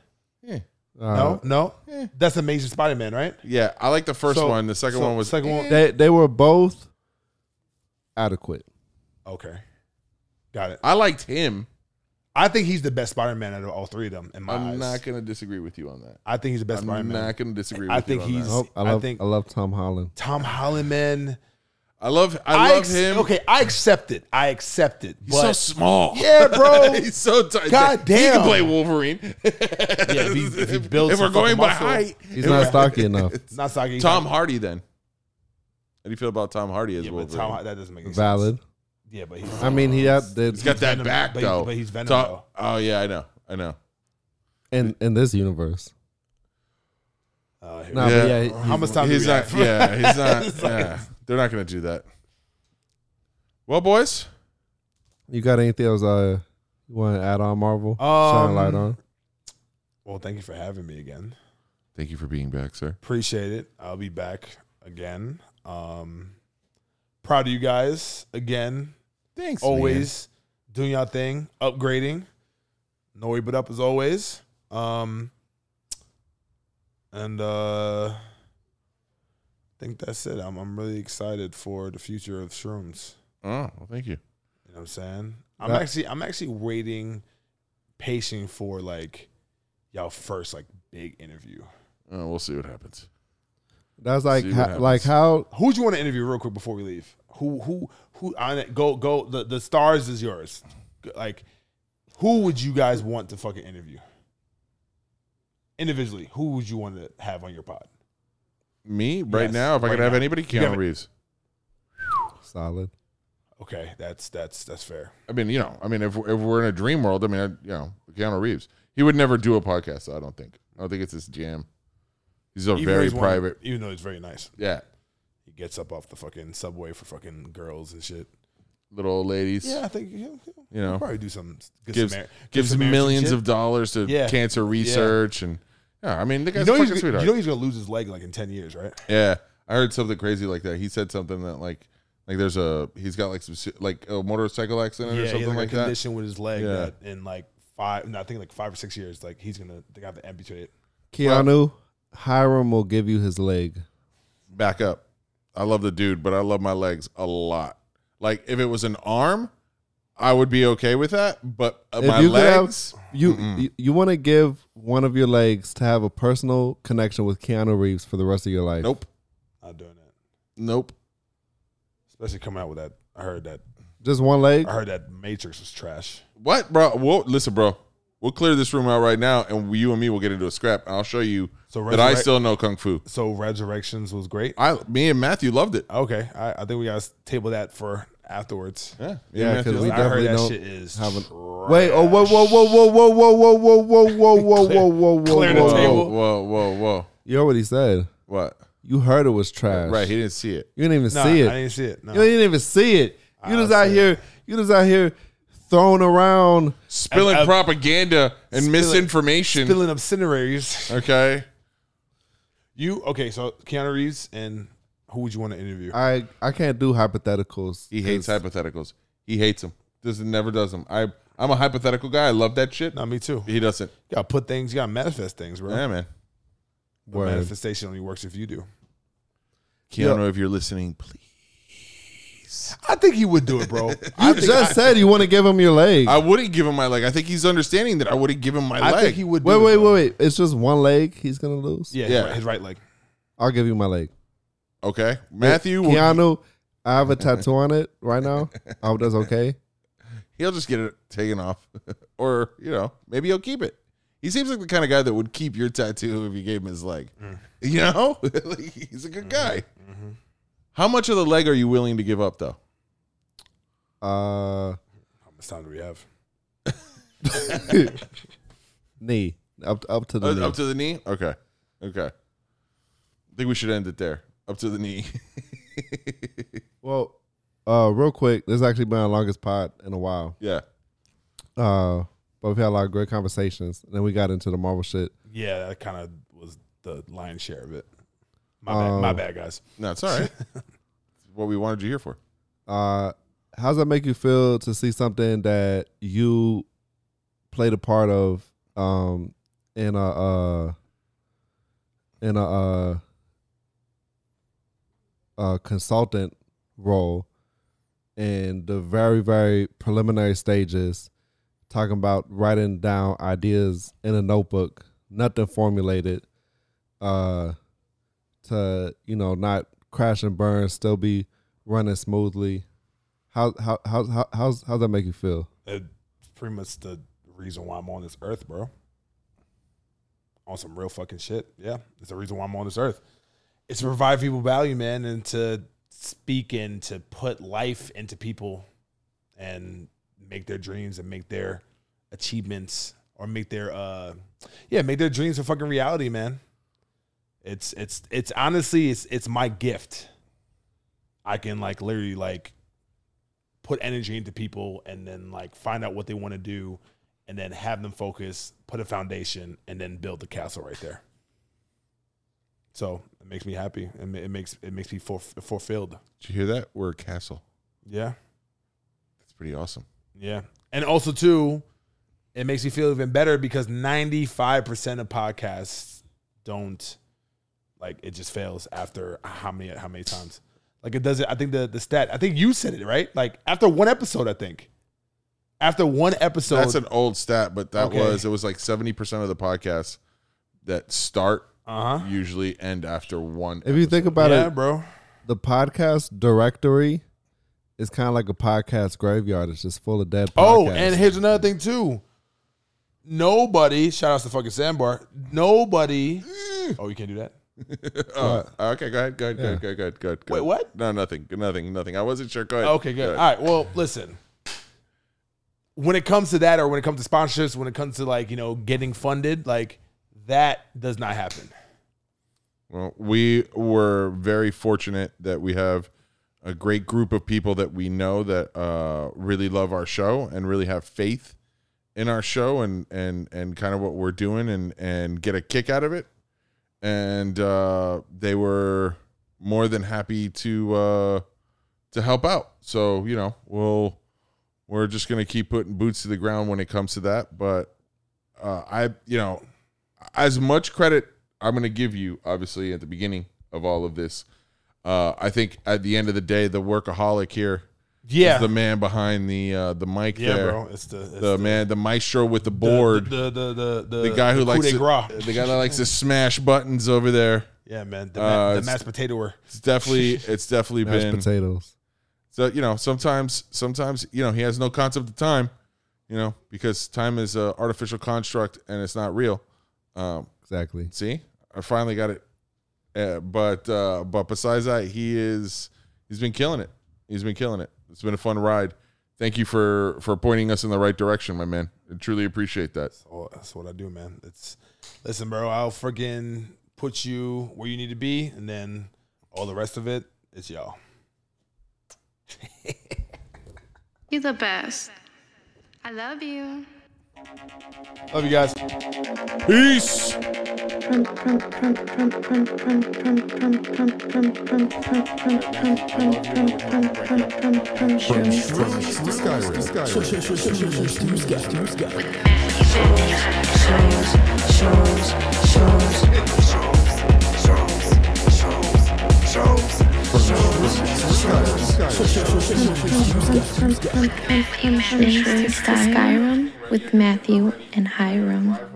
uh, Uh-huh. No, no, that's Amazing Spider-Man, right? Yeah, I like the first So- one. The second so one was second one- they they were both adequate. Okay, got it. I liked him. I think he's the best Spider-Man out of all three of them. In my I'm eyes, not gonna disagree with you on that. I think he's the best I'm Spider-Man. not gonna disagree. With I think you on he's. That. Oh, I I, love I, think love Tom Holland. Tom Holland, man. I love. I love ex- him. Okay, I accept it. I accept it. He's so but small. Yeah, bro. he's so tight. God He damn. can play Wolverine. if he- if he builds If we're some going fucking by muscle. height, He's not stocky enough. it's not Sagi. Tom Hardy. Then, how do you feel about Tom Hardy as Yeah, but Wolverine? Tom, that doesn't make any Valid. sense. Yeah, but he's. I mean, he had the, he's got that Venom, back but he- though. but he's Venom, Tom- though. Oh yeah, I know. I know. in in this universe. Uh, here- Nah, Yeah. but yeah, he- How much time? do He's we not. have? Yeah, he's not. It's like- yeah, they're not gonna do that. Well, boys, you got anything else uh you want to add on Marvel? Shine a light Um, on. Well, thank you for having me again. thank you for being back, sir. Appreciate it. I'll be back again. Um, proud of you guys again. Thanks. always doing your thing, upgrading. No way but up as always. Um, and uh, I think that's it. I'm I'm really excited for the future of shrooms. man. Oh, well, thank you. You know what I'm saying? I'm That- actually I'm actually waiting, patient for like y'all first like big interview. Uh, we'll see what happens. That's like See what ha- happens. like how Who do you want to interview real quick before we leave? Who who who on it go go the, the stars is yours. Like who would you guys want to fucking interview? Individually, who would you want to have on your pod? Me right Yes, now, if I right could have now. anybody, You have Keanu it. Reeves. solid. Okay, that's that's that's fair. I mean, you know, I mean, if if we're in a dream world, I mean, I, you know, Keanu Reeves, he would never do a podcast. I don't think. I don't think it's his jam. He's a Even though very he's one- private. even though he's very nice. Yeah, He gets up off the fucking subway for fucking girls and shit. little old ladies. Yeah, I think yeah, yeah, you know, probably do some good gives Samar- good gives Samaritan millions shit. of dollars to Yeah. cancer research and yeah. I mean, the You guy's know, a he's, fucking you sweetheart. know he's gonna lose his leg like in ten years, right? Yeah, I heard something crazy like that. He said something that like like there's a he's got like some se- like a motorcycle accident or he has, something like, like a that. condition with his leg Yeah. that in like five, no, I think like five or six years, like he's gonna they got to amputate. it. Keanu Hiram will give you his leg. Back up. I love the dude, but I love my legs a lot. Like if it was an arm, I would be okay with that. But uh, If my you could have- legs, You Mm-mm. you, you want to give one of your legs to have a personal connection with Keanu Reeves for the rest of your life. nope, Not uh, doing that, nope. especially coming out with that. I heard that. Just one leg. I heard that Matrix was trash. What, bro? Whoa, listen, bro. We'll clear this room out right now, and we, you and me will get into a scrap. And I'll show you So that I resurrect- still know kung fu. So Resurrections was great. I, me and Matthew loved it. Okay, I, I think we gotta table that for afterwards. Yeah, Yeah, 'cause we I definitely heard that don't shit is have an- trash. Wait! Oh! Whoa! Whoa! Whoa! Whoa! Whoa! Whoa! Whoa! Whoa! Whoa! Whoa! Whoa! Clear- Whoa! Whoa! Whoa! clear the whoa. table. whoa, Oh, whoa, whoa, whoa. You already said What? you heard it was trash. Right, he didn't see it. You didn't even Nah, see it. I didn't see it. No. You didn't even see it. You I just out see here. You just out here throwing around. Spilling I- I- propaganda and Spilling- misinformation. Filling up cineraries. Okay. You okay? So Keanu Reeves and who would you want to interview? I I can't do hypotheticals. He hates 'cause hypotheticals. He hates them. Doesn't never does them. I I'm a hypothetical guy. I love that shit. Not me too. You He doesn't. gotta put things. You gotta manifest things, bro. Yeah, man. The Word. manifestation only works if you do. Keanu, if you're listening, please. I think he would do it, bro. I You think, just said you want to give him your leg. I wouldn't give him my leg. I think he's understanding that I wouldn't give him my I leg. think he would. Do wait! it, Wait! bro. Wait! Wait! It's just one leg. He's gonna lose. Yeah, Yeah. His, right, his right leg. I'll give you my leg. okay, Matthew. will- Keanu, I have a tattoo on it right now. I hope that's okay. he'll just get it taken off, or you know, maybe he'll keep it. He seems like the kind of guy that would keep your tattoo if you gave him his leg. Mm. You know, like, he's a Mm-hmm. good guy. How much of the leg are you willing to give up, though? Uh, How much time do we have? knee up up to the Uh, knee. up to the knee? Okay. Okay. I think we should end it there. Up to the knee. well, Uh, real quick, this has actually been our longest pod in a while. Yeah. Uh, but we've had a lot of great conversations. And then we got into the Marvel shit. Yeah, that kind of was the lion's share of it. My bad, my Um, bad, guys. No, it's all right. what we wanted you here for. Uh, how does that make you feel to see something that you played a part of um, in a uh, in a, uh, a consultant role in the very very preliminary stages, talking about writing down ideas in a notebook, nothing formulated, uh, to you know not crash and burn, still be running smoothly. How how how how how's how's that make you feel? It's pretty much the reason why I'm on this earth, bro. On some real fucking shit. Yeah, it's the reason why I'm on this earth. It's to provide people value, man, and to speak and to put life into people and make their dreams and make their achievements or make their uh yeah make their dreams a fucking reality, man. It's it's it's honestly it's it's my gift. I can like literally like put energy into people and then like find out what they want to do and then have them focus, put a foundation, and then build the castle right there. So it makes me happy. It, ma- it makes it makes me for, fulfilled. Did you hear that? We're a castle. Yeah, That's pretty awesome. yeah. And also too, it makes me feel even better because ninety five percent of podcasts don't like it just fails after how many how many times. Like it doesn't. I think the the stat. I think you said it right. Like after one episode, I think after one episode, That's an old stat, but that Okay. was it was like seventy percent of the podcasts that start uh huh. usually end after one. If you think about Yeah, it, bro. the podcast directory is kind of like a podcast graveyard. It's just full of dead. Podcasts. Oh, and here's another thing too. Nobody, shout out to fucking Sandbar. Nobody. Oh, you can't do that. Oh, okay, go ahead, go ahead, go ahead, go ahead, go ahead, go ahead. Wait, what? No, nothing, nothing, nothing. I wasn't sure. Go ahead. Okay, Go good. ahead. All right. Well, listen. When it comes to that, or when it comes to sponsorships, when it comes to like you know getting funded, like that does not happen. Well, we were very fortunate that we have a great group of people that we know that uh, really love our show and really have faith in our show and and and kind of what we're doing and and get a kick out of it. And uh, they were more than happy to uh, to help out. So you know, we'll we're just gonna keep putting boots to the ground when it comes to that. But uh, I, you know, as much credit I'm going to give you, obviously, at the beginning of all of this. Uh, I think at the end of the day, the workaholic here is Yeah, the man behind the uh, the mic yeah, there. bro. It's the it's The, man, the maestro with the board, the, the the the the, guy who the coup likes de to, grace. the guy that likes to smash buttons over there. yeah, man. The, Uh, ma- the it's- mashed potatoer. It's definitely, it's definitely mashed been. potatoes. So you know, sometimes, sometimes you know, he has no concept of time, you know, because time is a artificial construct and it's not real. Um, Exactly. See, I finally got it. Uh, but uh, but besides that, he is he's been killing it. He's been killing it. It's been a fun ride. Thank you for for pointing us in the right direction, my man. I truly appreciate that. Oh, that's what I do, man. It's listen, bro. I'll freaking put you where you need to be, and then all the rest of it is y'all. You're the best. I love you. Love you guys. Peace. Shrooms to Skyrim with Matthew and Hiram.